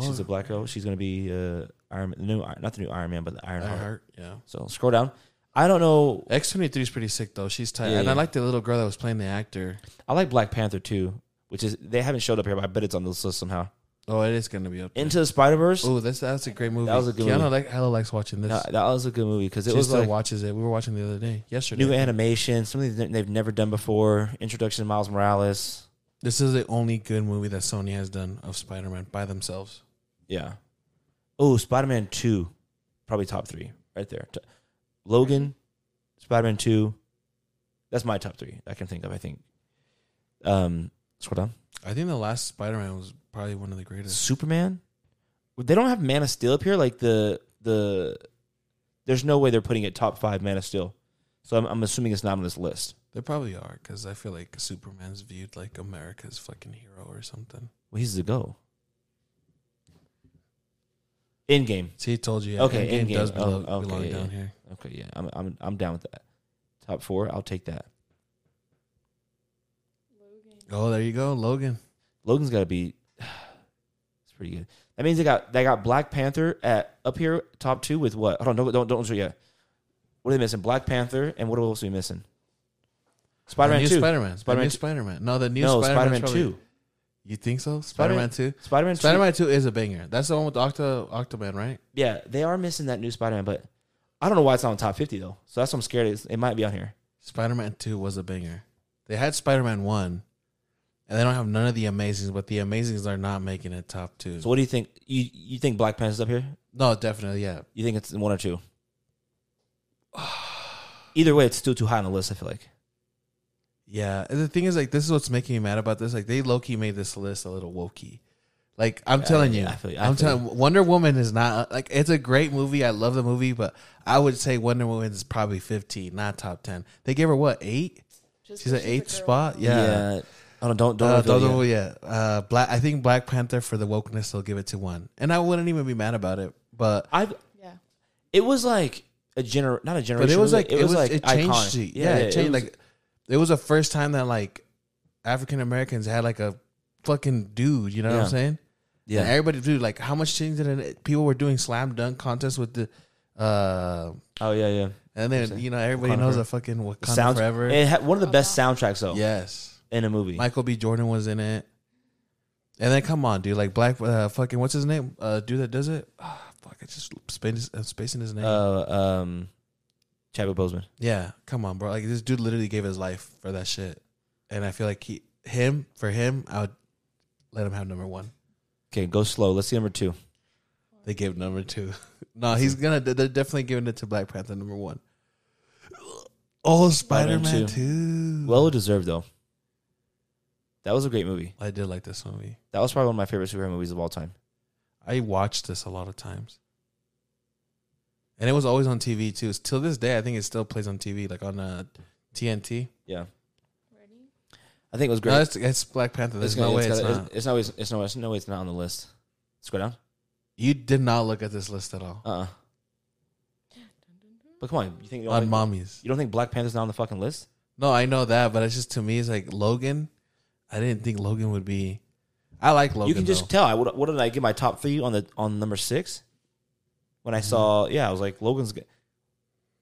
She's a black girl. She's gonna be uh, Iron, the new, Iron- not the new Iron Man, but the Iron I Heart. heart. Yeah. So scroll down. I don't know. X twenty three is pretty sick though. She's tight, Yeah, and yeah. I like the little girl that was playing the actor. I like Black Panther too, which is they haven't showed up here, but I bet it's on this list somehow. Oh, it is gonna be up. There. Into the Spider Verse. Oh, that's that's a great movie. was a good Keanu movie. like hella likes watching this. That, that was a good movie because it she was still like watches it. We were watching the other day, yesterday. new animation, something that they've never done before. Introduction to Miles Morales. this is the only good movie that Sony has done of Spider Man by themselves. Yeah. Oh, Spider Man Two, probably top three right there. T- Logan, Spider Man Two. That's my top three I can think of. I think. Um, scroll down. I think the last Spider Man was probably one of the greatest. Superman. They don't have Man of Steel up here. Like the the. There's no way they're putting it top five Man of Steel, so I'm, I'm assuming it's not on this list. They probably are because I feel like Superman's viewed like America's fucking hero or something. Well, he's the go. In game. See, he told you. Okay, Endgame Endgame. does Oh, belo- okay, belong yeah, down yeah. here. Okay, yeah, I'm I'm I'm down with that. Top four, I'll take that. Logan. Oh, there you go, Logan. Logan's got to be. <sighs> It's pretty good. That means they got they got Black Panther at up here top two with what? Hold on, don't don't don't show yet. What are they missing? Black Panther and what else are we missing? Spider Man The new Two. Spider-Man. Spider-Man Spider-Man. two. Spider-Man. No, the new no, Spider Spider-Man Man Two. You think so? Spider-Man Two. Spider Man Two. Spider-Man Two is a banger. That's the one with Octo Octoman, right? Yeah, they are missing that new Spider Man, but I don't know why it's not on top fifty though. So that's what I'm scared. Is it might be on here. Spider-Man Two was a banger. They had Spider-Man One, and they don't have none of the Amazings, but the Amazings are not making it top two. So what do you think? You you think Black Panther's up here? no, definitely, yeah. You think it's in one or two? Either way, it's still too high on the list. I feel like. Yeah, and the thing is, like, this is what's making me mad about this. Like, they low key made this list a little wokey. Like, I'm Yeah, telling yeah, you, I feel you, I I'm feel telling Wonder Woman is not like it's a great movie. I love the movie, but I would say Wonder Woman is probably 15, not top 10. They gave her what eight? Just She's 'cause at a eighth girl. spot? Yeah. Oh, no, don't don't. Uh, reveal don't yet. know yet. Uh, Black. I think Black Panther for the wokeness, they'll give it to one, and I wouldn't even be mad about it. But I've Yeah. it was like a gener not a generation, but it was like it was like it changed. iconic. the- yeah, it changed. was- like it was the first time that like African Americans had like a fucking dude. You know what Yeah. I'm saying? yeah, And everybody, dude, like how much change did it? People were doing slam dunk contests with the, uh, oh yeah, yeah. and then you know everybody Wakanda knows Forever. the fucking Wakanda Sounds forever. It had one of the best soundtracks though yes, in a movie. Michael B. Jordan was in it. And then come on, dude, like black uh, fucking what's his name? Uh, dude that does it. Ah, fuck, I just space, uh, spacing his name. uh, um, Chadwick Boseman. Yeah, come on, bro. Like this dude literally gave his life for that shit, and I feel like he, him, for him, I would let him have number one. Okay, go slow. Let's see number two. They gave number two. <laughs> no, he's gonna. They're definitely giving it to Black Panther number one. Oh, Spider Man Spider-Man two. Well deserved though. That was a great movie. I did like this movie. That was probably one of my favorite superhero movies of all time. I watched this a lot of times, and it was always on TV too. Till this day, I think it still plays on TV, like on uh, TNT. Yeah, Ready? I think it was great. No, it's, it's Black Panther. There's gonna- no way it's, gotta- not. It's, it's, always, it's no. It's no. way It's not on the list. Scroll down. you did not look at this list at all. Uh. uh But come on, you think you don't on think- mommies. You don't think Black Panther's not on the fucking list? No, I know that, but it's just to me, it's like Logan. I didn't think Logan would be. I like Logan. you can just though. tell. I what, what did I get my top three on the on number six? When I saw, Mm-hmm. yeah, I was like, Logan's. Good.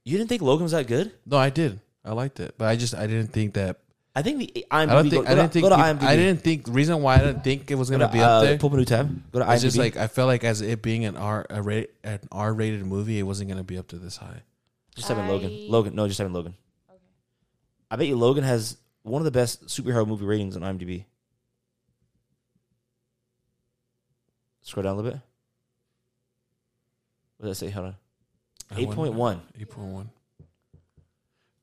You didn't think Logan's that good? no, I did. I liked it, but I just I didn't think that. I think the I IMDb. don't think go, I go didn't to, think go to peop- IMDb. I didn't think reason why I didn't think it was Go gonna to, be up uh, there. Pull up a new tab. Go to IMDb. It's just like I felt like as it being an R a ra- an R rated movie, it wasn't gonna be up to this high. just having Logan. I- Logan. No, just having Logan. Okay. I bet you Logan has one of the best superhero movie ratings on IMDb. Scroll down a little bit. What did I say? Hold on. Eight point one, Eight point one.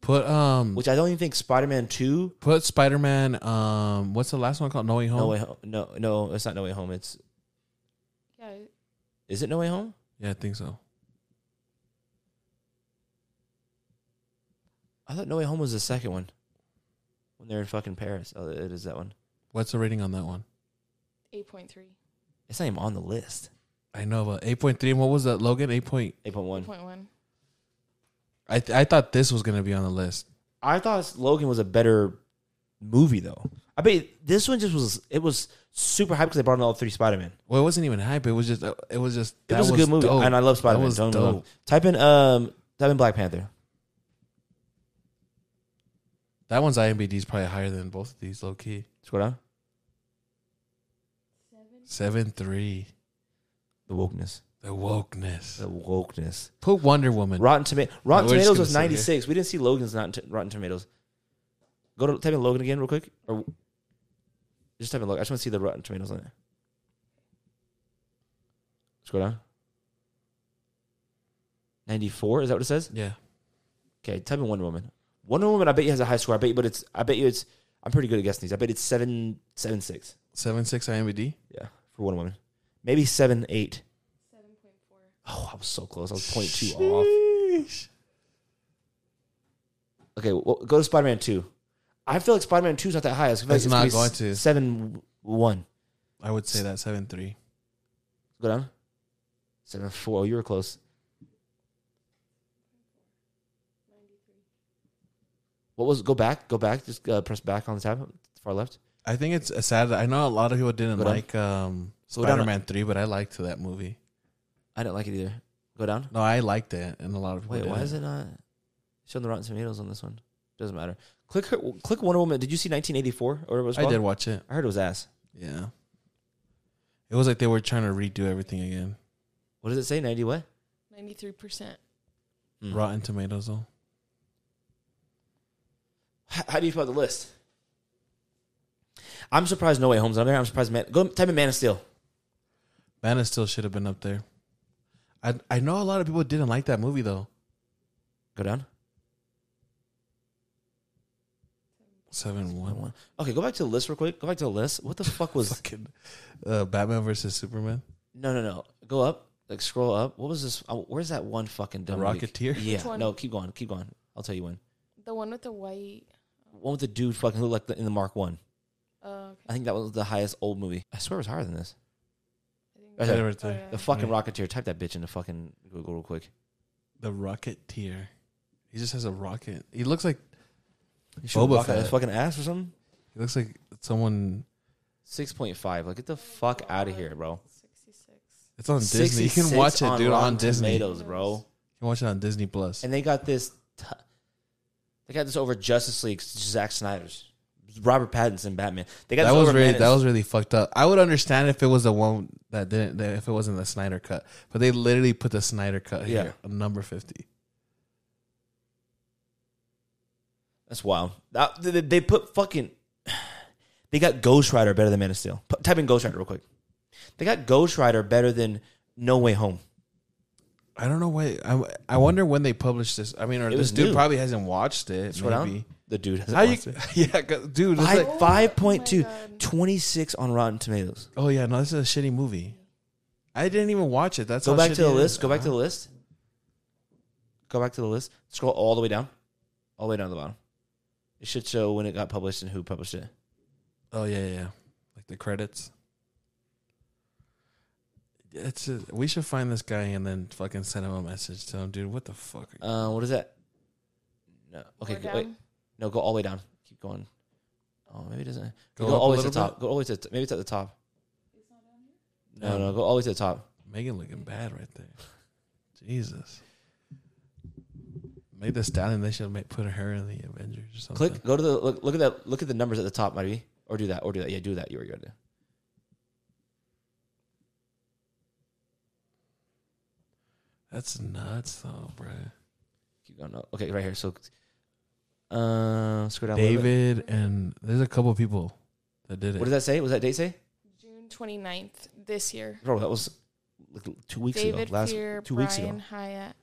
Put um which I don't even think Spider-Man Two. put Spider Man um what's the last one called? No Way Home. No way. Home. No, no, it's not No Way Home. It's Yeah. it- Is it No Way Home? Yeah, I think so. I thought No Way Home was the second one. When they're in fucking Paris. Oh, it is that one. What's the rating on that one? 8.3. It's not even on the list. I know, but eight point three. And what was that? Logan eight point. 8.1. 8.1. I th- I thought this was gonna be on the list. I thought Logan was a better movie, though. I bet this one just was it was super hype because they brought in all three Spider Man. Well, it wasn't even hype. It was just. uh, It was just. It that was a good movie, dope. and I love That Spider Man. was Don't dope. love- Type in um type in Black Panther. That one's IMBD is probably higher than both of these. Low key Scroll down. Seven. seven three. The wokeness. The wokeness. The wokeness. Put Wonder Woman. Rotten Tomato. Rotten we're just Tomatoes gonna was sit here. ninety six. We didn't see Logan's not t- Rotten Tomatoes. Go to type in Logan again real quick, or just type in Logan. I just want to see the Rotten Tomatoes on it. Scroll down. Ninety four. Is that what it says? Yeah. Okay, type in Wonder Woman. Wonder Woman. I bet you has a high score. I bet you, but it's. I bet you it's. I'm pretty good at guessing these. I bet it's seven seven six. Seven six IMBD. Yeah, for Wonder Woman. Maybe seven eight. Seven point four. Oh, I was so close. I was point two off. Okay, well, go to Spider Man Two. I feel like Spider Man Two is not that high. I feel like It's not gonna be going s- to. seven one. I would say that seven three. Go down. Seven four. Oh, you were close. What was? Go back. Go back. Just uh, press back on the tab, far left. I think it's a sad. I know a lot of people didn't Go down. like um, Go down. Spider Man three, but I liked that movie. I didn't like it either. Go down. No, I liked it, and a lot of people. Wait, why didn't. is it not showing the Rotten Tomatoes on this one? Doesn't matter. Click. Her, click Wonder Woman. Did you see 1984 or what it was? I called? did watch it. I heard it was ass. Yeah. It was like they were trying to redo everything again. What does it say? 90 what? Ninety-three percent. Mm. Rotten Tomatoes though. How, how do you feel about the list? I'm surprised No Way Home's on there. I'm surprised. Man, go type in Man of Steel. Man of Steel should have been up there. I I know a lot of people didn't like that movie though. Go down. Seven one. One. Okay, go back to the list real quick. Go back to the list. What the fuck <laughs> was? Fucking uh, Batman versus Superman. no, no, no. Go up. Like scroll up. What was this? Oh, where's that one fucking The dumb movie? Rocketeer. Which Yeah. one? No, keep going. Keep going. I'll tell you when. The one with the white. One with the dude fucking who looked like the, in the Mark One. Uh, okay. I think that was the highest old movie. I swear it was higher than this. think I had it oh, right there. yeah. The fucking Right. Rocketeer. Type that bitch into fucking Google real quick. The Rocketeer. He just has a rocket. He looks like You should Boba walk out Fett. his fucking ass or something. he looks like someone. Six point five. Like get the fuck out of here, bro. Sixty-six. It's on Disney. You can 66 watch it, dude, Rotten on Disney. You Tomatoes, Oh bro. can watch it on Disney Plus. And they got this. T- they got this over Justice League. Zack Snyder's, Robert Pattinson, Batman. They got That this was over really Man of that was really fucked up. I would understand if it was the one that didn't that if it wasn't the Snyder cut, but they literally put the Snyder cut Yeah. here, on number fifty. That's wild. That, they, they put fucking. <sighs> They got Ghost Rider better than Man of Steel. P- type in Ghost Rider real quick. They got Ghost Rider better than No Way Home. I don't know why. I, I wonder when they published this. I mean, or It this was dude new. probably hasn't watched it. Scroll down. maybe. The dude has How you? <laughs> Yeah, 'cause- dude. it's like- Five, like- 5.2, Oh my God. 26 on Rotten Tomatoes. oh yeah, no, this is a shitty movie. I didn't even watch it. That's Go how back to the shitty it is. list. Go back to the list. Go back to the list. Scroll all the way down. All the way down to the bottom. It should show when it got published and who published it. Oh yeah, yeah, yeah. like the credits. It's a, we should find this guy and then fucking send him a message. Tell him, dude, what the fuck? are you- Uh, what is that? No. Okay, We're go, wait. down. No, go all the way down. Keep going. Oh, maybe it doesn't. Go, Go up a always to the little top. Go always to the, maybe it's at the top. No, Um, no, go always to the top. Megan looking bad right there. Jesus. Make the styling. They should make, put her in the Avengers or something. Click. Go to the look, look at that. Look at the numbers at the top, maybe, or do that, or do that. Yeah, do that. You were good. That's nuts, though, bro. Keep going. up. Okay, right here. So, uh, scroll down. a little bit. David and there's a couple people that did it. What did that say? What does that date say? June 29th this year. Bro, that was like two weeks David ago. Last Fear, two Brian weeks ago. Hyatt.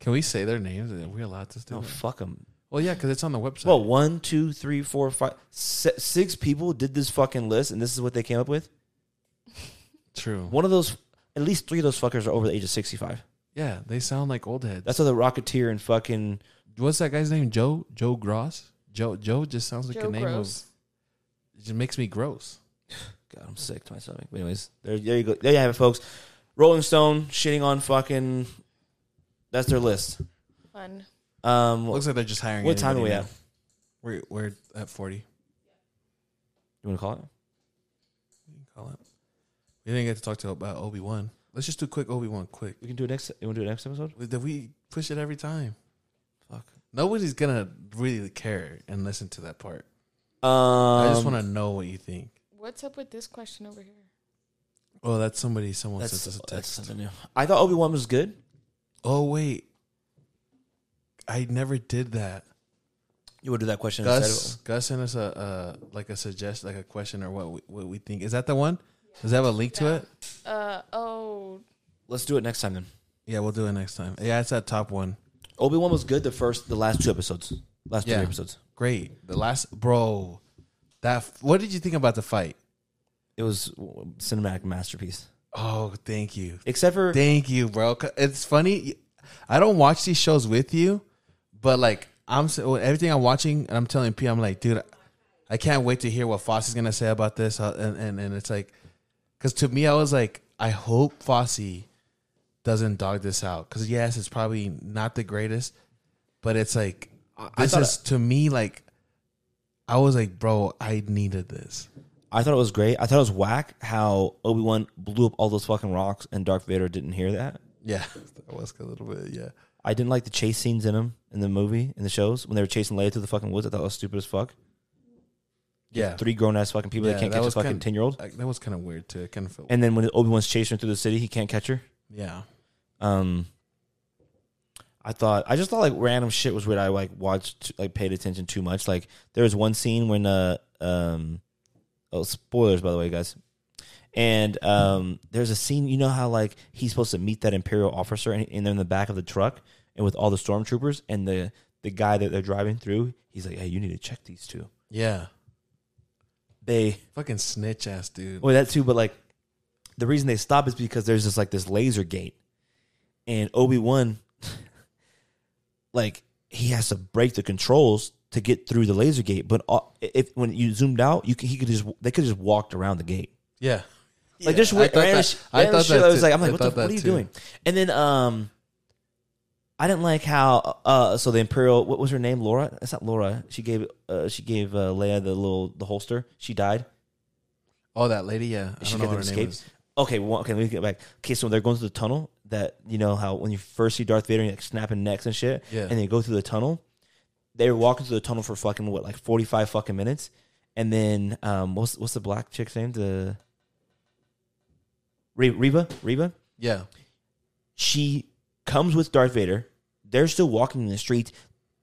Can we say their names? Are we allowed to do No, that? Oh, fuck them. Well, yeah, because it's on the website. Well, one, two, three, four, five, se- six people did this fucking list, and this is what they came up with. True. One of those, at least three of those fuckers are over the age of sixty-five. Yeah, they sound like old heads. That's how the Rocketeer and fucking What's that guy's name? Joe? Joe Gross? Joe Joe just sounds like Joe a name Gross. of. It just makes me gross. God, I'm sick to my stomach. But anyways, there, there you go. There you have it, folks. Rolling Stone shitting on fucking. That's their list. Fun. Um, Looks like they're just hiring. what time are we anybody at? now. We're we're at forty. You want to call it? You can call it. We didn't get to talk to about Obi Wan. Let's just do quick Obi Wan. Quick. We can do it next. You want to do it next episode? We- That we push it every time. Fuck. Nobody's gonna really care and listen to that part. Um, I just want to know what you think. What's up with this question over here? Oh, that's somebody. Someone That's, sent us a text. that's something new. I thought Obi Wan was good. oh wait, I never did that. You would do that question Gus, instead. Gus sent us a uh, like a suggest like a question or what we, what we think. Is that the one? Does that have a link to Yeah. it? Uh oh. Of, let's do it next time then. Yeah, we'll do it next time. Yeah, it's that top one. Obi Wan was good. The first, the last two episodes, last Yeah. three episodes. Great. The last bro. That f- what did you think about the fight? It was w- cinematic masterpiece. Oh, thank you. Except for Thank you, bro. 'Cause It's funny. I don't watch these shows with you, but like I'm s- well, everything I'm watching, and I'm telling P, I'm like, dude, I can't wait to hear what Foss is gonna say about this. Uh, And and, and it's like, because to me, I was like, I hope Fossy doesn't dog this out. Because yes, it's probably not the greatest, but it's like I this thought- is to me like, I was like, bro, I needed this. I thought it was great. I thought it was whack how Obi Wan blew up all those fucking rocks and Darth Vader didn't hear that. Yeah, <laughs> that was a little bit. Yeah. I didn't like the chase scenes in them in the movie in the shows when they were chasing Leia through the fucking woods. I thought that was stupid as fuck. Yeah, Three grown ass fucking people Yeah, that can't that catch a was fucking kinda- ten year old. like, that was kind of weird too. It kind of felt. And then when Obi Wan's chasing her through the city, he can't catch her. yeah. Um, I thought I just thought like random shit was weird. I like watched like paid attention too much. Like there was one scene when uh um oh spoilers by the way guys, and um there's a scene you know how like he's supposed to meet that imperial officer and, and they're in the back of the truck and with all the stormtroopers and the the guy that they're driving through he's like hey you need to check these two Yeah. they Fucking snitch ass dude. Well, that too, but like the reason they stop is because there's just like this laser gate, and Obi Wan, <laughs> like he has to break the controls to get through the laser gate. But all, if when you zoomed out, you could, he could just they could just walked around the gate. Yeah. Like just I went, thought ran that- sh- I ran thought shit. that I was too. like, I'm like, I what, the, thought what that are you too. doing? And then um, I didn't like how uh, so the Imperial, what was her name? Laura? It's not Laura. She gave uh, she gave uh, Leia the little the holster. She died. Oh, that lady. Yeah. I She don't know got what her them name escaped? is. Okay, well, okay, let me get back. Okay, so they're going through the tunnel. That you know how when you first see Darth Vader, and like snapping necks and shit, Yeah. and they go through the tunnel. They were walking through the tunnel for fucking what, like forty five fucking minutes, and then um, what's what's the black chick's name? The Re- Reba, Reba. Yeah. She comes with Darth Vader. They're still walking in the streets.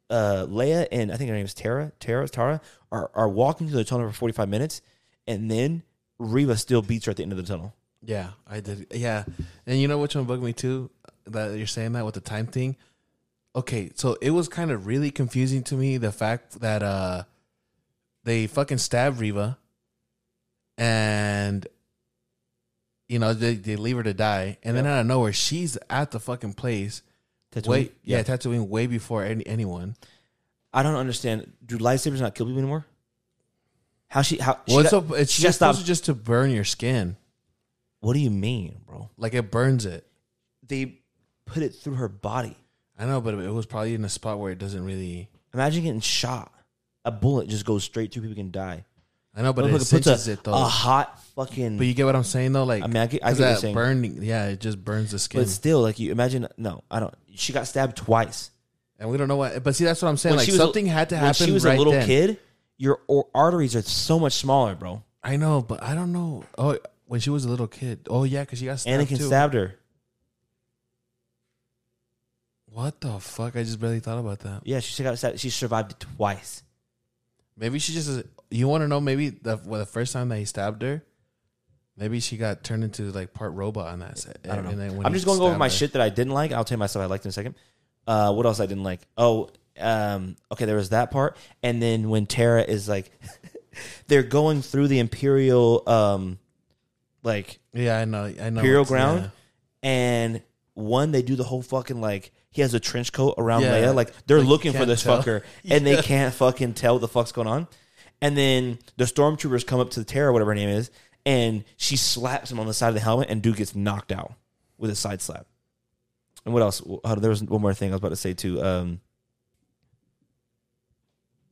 Uh, Leia and I think her name is Tara. Tara, Tara are are walking through the tunnel for forty five minutes, and then Reba still beats her at the end of the tunnel. Yeah. I did. Yeah. And you know which one bugged me too? That you're saying that with the time thing. Okay, so it was kind of really confusing to me the fact that uh they fucking stabbed Reva and you know they, they leave her to die and then out of nowhere she's at the fucking place Tatooine? wait yeah, tattooing way before any, anyone I don't understand. Do lightsabers not kill people anymore? How she? How? She well it's, got- so- it's she just got supposed to just to burn your skin What do you mean, bro? Like it burns it. They put it through her body. I know, but it was probably in a spot where it doesn't really. Imagine getting shot. A bullet just goes straight through people can die. I know, but Motherfucker it cinches a, it though. a hot fucking. but you get what I'm saying though, like I mean, I get- I 'cause get what you're that saying. burning. Yeah, it just burns the skin, but still, like you imagine. No, I don't. She got stabbed twice. and we don't know what. But see, that's what I'm saying. When like she was a- something had to when happen. She was right a little then. kid. Your or- arteries are so much smaller, bro. I know, but I don't know. Oh, when she was a little kid. Oh yeah, because she got stabbed Anakin too. stabbed her. What the fuck? I just barely thought about that. Yeah, she got stabbed. She survived it twice. Maybe she just. You want to know? Maybe the well, the first time that he stabbed her. Maybe she got turned into like part robot on that set. I don't know. And then when I'm he just going over stabbed my her- shit that I didn't like. I'll tell you myself I liked in a second. Uh, what else I didn't like? Oh, um, okay, there was that part, and then when Tara is like, <laughs> they're going through the Imperial, um, like Yeah, I know. I know. Imperial it's- ground, yeah. and one they do the whole fucking like he has a trench coat around Yeah. Leia, like they're Like, you looking for can't this tell. fucker, <laughs> and they can't fucking tell what the fuck's going on, and then the stormtroopers come up to Tara, whatever her name is, and she slaps him on the side of the helmet, and dude gets knocked out with a side slap. And what else? Oh, there was one more thing I was about to say too. Um,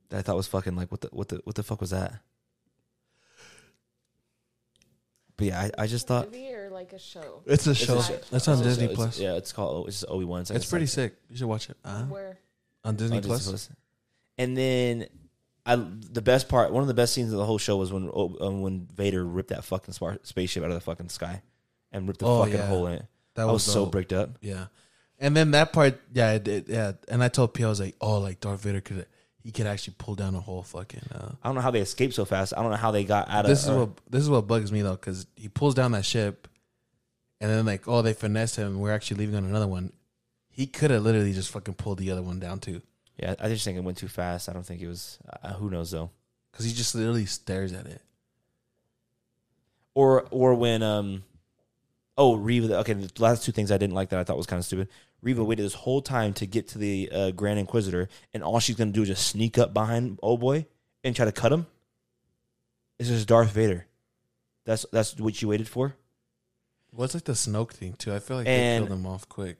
that I thought was fucking like what the what the what the fuck was that? But yeah, I, I just thought movie or like a show. It's a It's a show. show. That's on It's a Disney it's- Plus. Yeah, it's called it's OE one. It's pretty sick. You should watch it. Uh, Where on Disney Plus. Oh, And then I the best part, one of the best scenes of the whole show was when um, when Vader ripped that fucking spar- spaceship out of the fucking sky and ripped the Oh, fucking yeah. hole in it. That I was, so dope. bricked up. Yeah. And then that part, yeah, it, did yeah. And I told P, I was like, oh, like Darth Vader could, he could actually pull down a whole fucking. Uh, I don't know how they escaped so fast. I don't know how they got out this of. is what this is what bugs me though, because he pulls down that ship, and then like, oh, they finesse him. We're actually leaving on another one. He could have literally just fucking pulled the other one down too, yeah, I just think it went too fast. I don't think it was. Uh, who knows though. because he just literally stares at it. or or when um oh Reva okay the last two things I didn't like that I thought was kind of stupid. Reva waited this whole time to get to the uh, Grand Inquisitor, and all she's gonna do is just sneak up behind oh boy and try to cut him. It's just Darth Vader. That's that's what you waited for. What's like the Snoke thing too? I feel like And- they killed him off quick.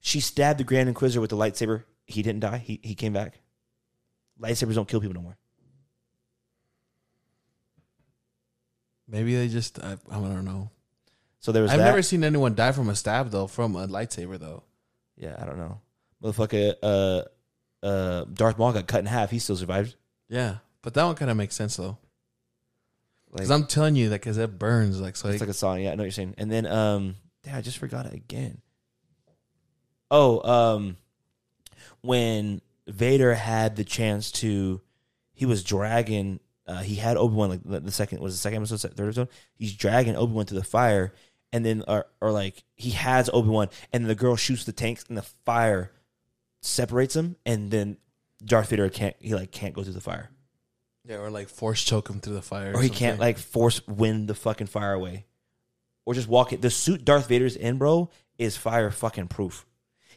She stabbed the Grand Inquisitor with the lightsaber. He didn't die. He he came back. Lightsabers don't kill people no more. Maybe they just I, I don't know. So there was I've that. never seen anyone die from a stab though, from a lightsaber though. yeah, I don't know. Motherfucker, uh, uh, Darth Maul got cut in half. He still survived. Yeah, but that one kind of makes sense though. Like, Because I'm telling you that because it burns like so. It's like a song. Yeah, I know what you're saying. And then, um, damn, I just forgot it again. Oh, um, when Vader had the chance to, he was dragging. Uh, he had Obi Wan like the- the second was the second episode, se- third episode. He's dragging Obi Wan to the fire, and then or, or like he has Obi Wan, and the girl shoots the tanks, and the fire separates him, and then Darth Vader can't he like can't go through the fire, yeah, or like force choke him through the fire, or he can't something. like force wind the fucking fire away, or just walk it. The suit Darth Vader's in, bro, is fire fucking proof.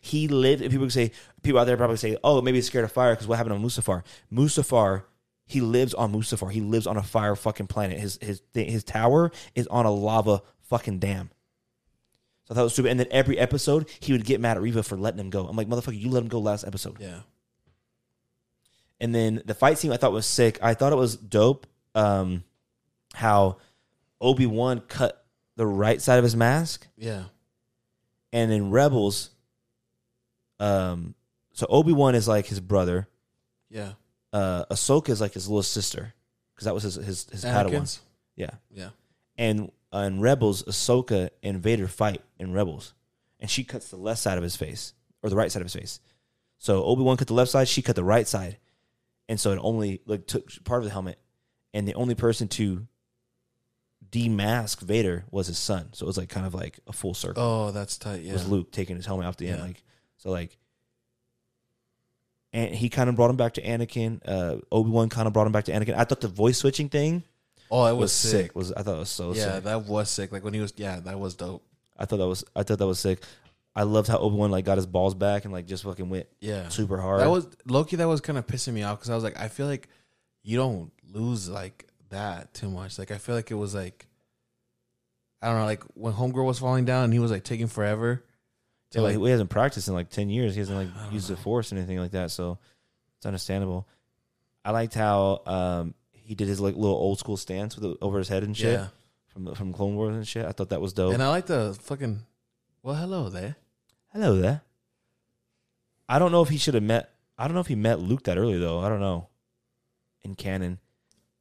He lived. And people say people out there probably say, "Oh, maybe he's scared of fire because what happened on Mustafar?" Mustafar, he lives on Mustafar. He lives on a fire fucking planet. His his thi- his tower is on a lava fucking dam. So I thought it was stupid. And then every episode, he would get mad at Reva for letting him go. I'm like, motherfucker, you let him go last episode. Yeah, And then the fight scene I thought was sick. I thought it was dope um, how Obi Wan cut the right side of his mask, yeah. and in Rebels, um, so Obi Wan is like his brother. Yeah. Uh, Ahsoka is like his little sister because that was his his, his Padawan. Anakin's? Yeah, Yeah. and uh, in Rebels, Ahsoka and Vader fight in Rebels, and she cuts the left side of his face or the right side of his face. So Obi Wan cut the left side, she cut the right side, and so it only like took part of the helmet, and the only person to demask Vader was his son. So it was like kind of like a full circle. Oh, that's tight. Yeah. Was Luke taking his helmet off the end, Yeah. like so, like. And he kind of brought him back to Anakin. Uh, Obi Wan kind of brought him back to Anakin. I thought the voice switching thing Oh, it was, was, sick. Was I thought it was so yeah, sick. that was sick. Like when he was. Yeah, that was dope. I thought that was I thought that was sick. I loved how Obi Wan like got his balls back and like just fucking went Yeah. super hard. That was Loki. That was kind of pissing me off because I was like, I feel like you don't lose like that too much. Like I feel like it was like, I don't know, like when Homegirl was falling down and he was like taking forever. Yeah, To, like, like, he hasn't practiced in like ten years. He hasn't I like don't used the know. force or anything like that. So it's understandable. I liked how um, he did his like little old school stance with the, over his head and shit yeah. from from Clone Wars and shit. I thought that was dope. And I like the fucking. Well, hello there. Hello there. I don't know if he should have met. I don't know if he met Luke that early though. I don't know. In canon,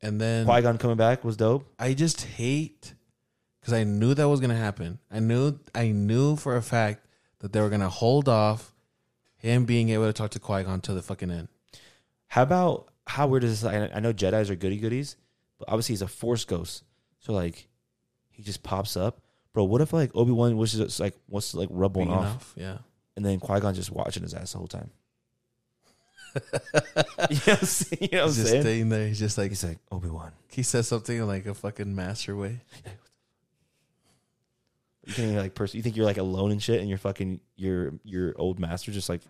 And then Qui Gon coming back was dope. I just hate because I knew that was gonna happen. I knew I knew for a fact that they were gonna hold off him being able to talk to Qui Gon till the fucking end. How about how weird is this? I, I know Jedi's are goody goodies, but obviously he's a Force ghost, so like he just pops up, bro. What if like Obi Wan wishes it's like wants to like rub one Being off, off, yeah. and then Qui Gon just watching his ass the whole time? <laughs> You know what I'm saying? <laughs> You know what I'm He's just saying? staying there. He's just like he's like Obi Wan. he says something in like a fucking master way. You can even like person. You think you're like alone and shit, and your fucking your your old master just like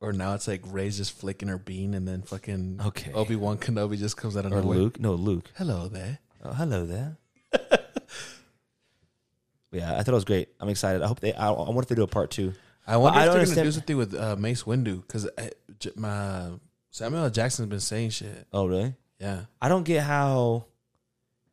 Or now it's like Ray's just flicking her bean, and then fucking okay. Obi Wan Kenobi just comes out of or nowhere. Luke? No, Luke. Hello there. Oh, hello there. yeah, I thought it was great. I'm excited. I hope they. I, I wonder if they do a part two. I wonder I if don't they're understand- gonna do something with uh, Mace Windu uh, because my Samuel L. Jackson's been saying shit. Oh, really? Yeah, I don't get how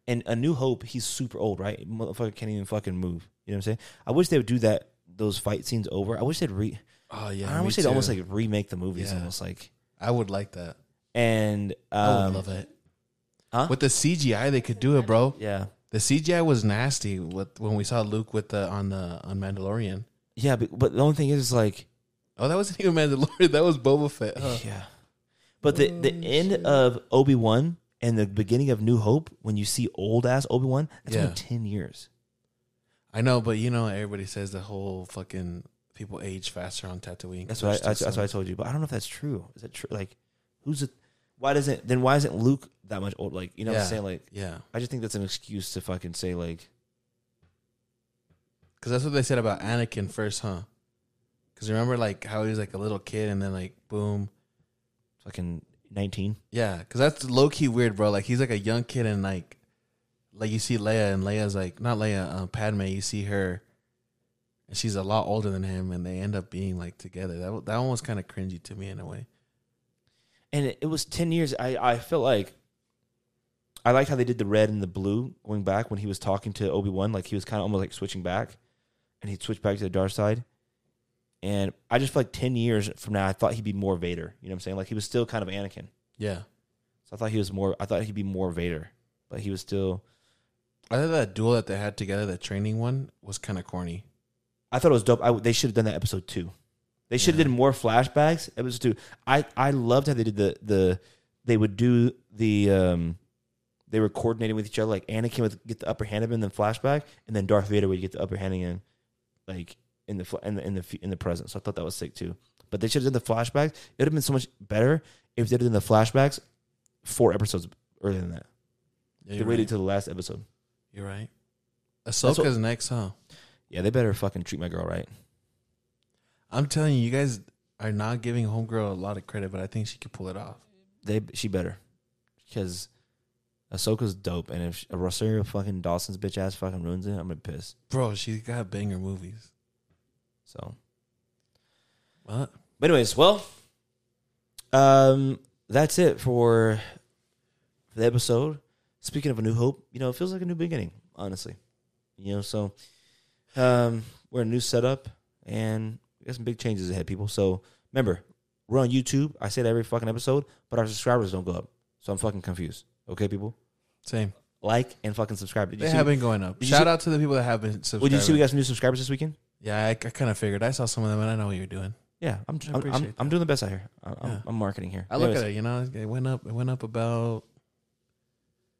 And A New Hope, he's super old, right? Motherfucker can't even fucking move. You know what I'm saying? I wish they would do that. Those fight scenes over. I wish they'd re. Oh I wish they'd almost like remake the movies, Yeah. almost like. I would like that. And I um, would love it. huh? With the CGI, they could do it, bro. yeah, The CGI was nasty with when we saw Luke with the on the on Mandalorian. yeah. But, but the only thing is, is like, Oh, that wasn't even Mandalorian. <laughs> That was Boba Fett. huh? yeah. But the the end of Obi wan and the beginning of New Hope, when you see old ass Obi wan that's Yeah. only ten years. I know, but you know, everybody says the whole fucking people age faster on Tatooine. That's what I, that's, that's what I told you. But I don't know if that's true. Is it true? Like, who's it? Why doesn't then? Why isn't Luke that much old? Like, you know what Yeah. I'm saying? Like, yeah, I just think that's an excuse to fucking say like, because that's what they said about Anakin first, huh? Because remember, like how he was like a little kid, and then like boom, fucking nineteen. yeah. Because that's low key weird, bro. Like he's like a young kid, and like like you see Leia, and Leia's like not Leia, um, Padme. You see her, and she's a lot older than him, and they end up being like together. That wa- that one was kind of cringy to me in a way. and it, it was 10 years i i felt like i liked how they did the red and the blue going back when he was talking to obi-wan like he was kind of almost like switching back and he'd switch back to the dark side and i just feel like 10 years from now i thought he'd be more vader you know what i'm saying like he was still kind of anakin Yeah, so i thought he was more i thought he'd be more vader but he was still I thought that duel that they had together, that training one, was kind of corny. i thought it was dope I, they should have done that episode two they should have did more flashbacks episode two i i loved how they did the the they would do the um they were coordinating with each other. Like Anakin would get the upper hand of him, then flashback, and then Darth Vader would get the upper hand again, like in the fl- in the in the, f- in the present. So I thought that was sick too. But they should have done the flashbacks. It would have been so much better if they had done the flashbacks four episodes earlier than that. Yeah, they you're waited right. till the last episode. You're right. what- Ahsoka's next, huh? Yeah, they better fucking treat my girl right. I'm telling you, you guys are not giving Homegirl a lot of credit, but I think she could pull it off. They she better because Ahsoka's dope, and if Rosario fucking Dawson's bitch ass fucking ruins it, I'm gonna piss. Bro, she's got banger movies. So. What? But anyways, well, um, that's it for for the episode. Speaking of a new hope, you know, it feels like a new beginning, honestly. You know, so um, we're in a new setup, and we got some big changes ahead, people. So remember, we're on YouTube. I say that every fucking episode, but our subscribers don't go up, so I'm fucking confused. Okay, people, Same. like and fucking subscribe. Did you They see? have been going up. did you Shout see- out to the people that have been subscribing. Would you see we got some new subscribers this weekend? yeah, I, I kind of figured. I saw some of them, and I know what you're doing. Yeah, I'm I I'm, I'm, appreciate I'm that. doing the best I hear. I'm, Yeah. I'm, I'm marketing here. I look Anyways, at it, you know, it went up. It went up about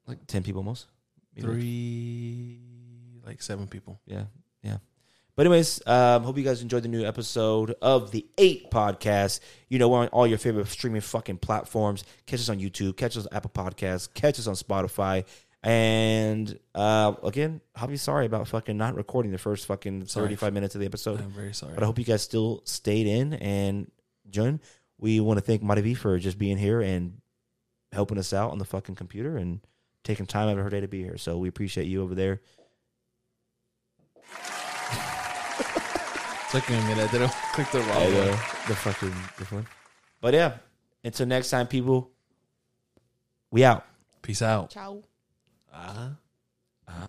like ten people almost. Maybe like three, like seven people. yeah yeah but anyways um hope you guys enjoyed the new episode of the eight podcast you know we're on all your favorite streaming fucking platforms catch us on youtube catch us on apple podcasts catch us on spotify and uh again i'll be sorry about fucking not recording the first fucking Sorry. 35 minutes of the episode I'm very sorry. but i hope you guys still stayed in and joined we want to thank Mari V for just being here and helping us out on the fucking computer and taking time out of her day to be here so we appreciate you over there It took me a minute. <laughs> I didn't click the wrong I one. know. The fucking different. But yeah, until next time, people, we out. Peace out. Ciao. Ah. Uh-huh.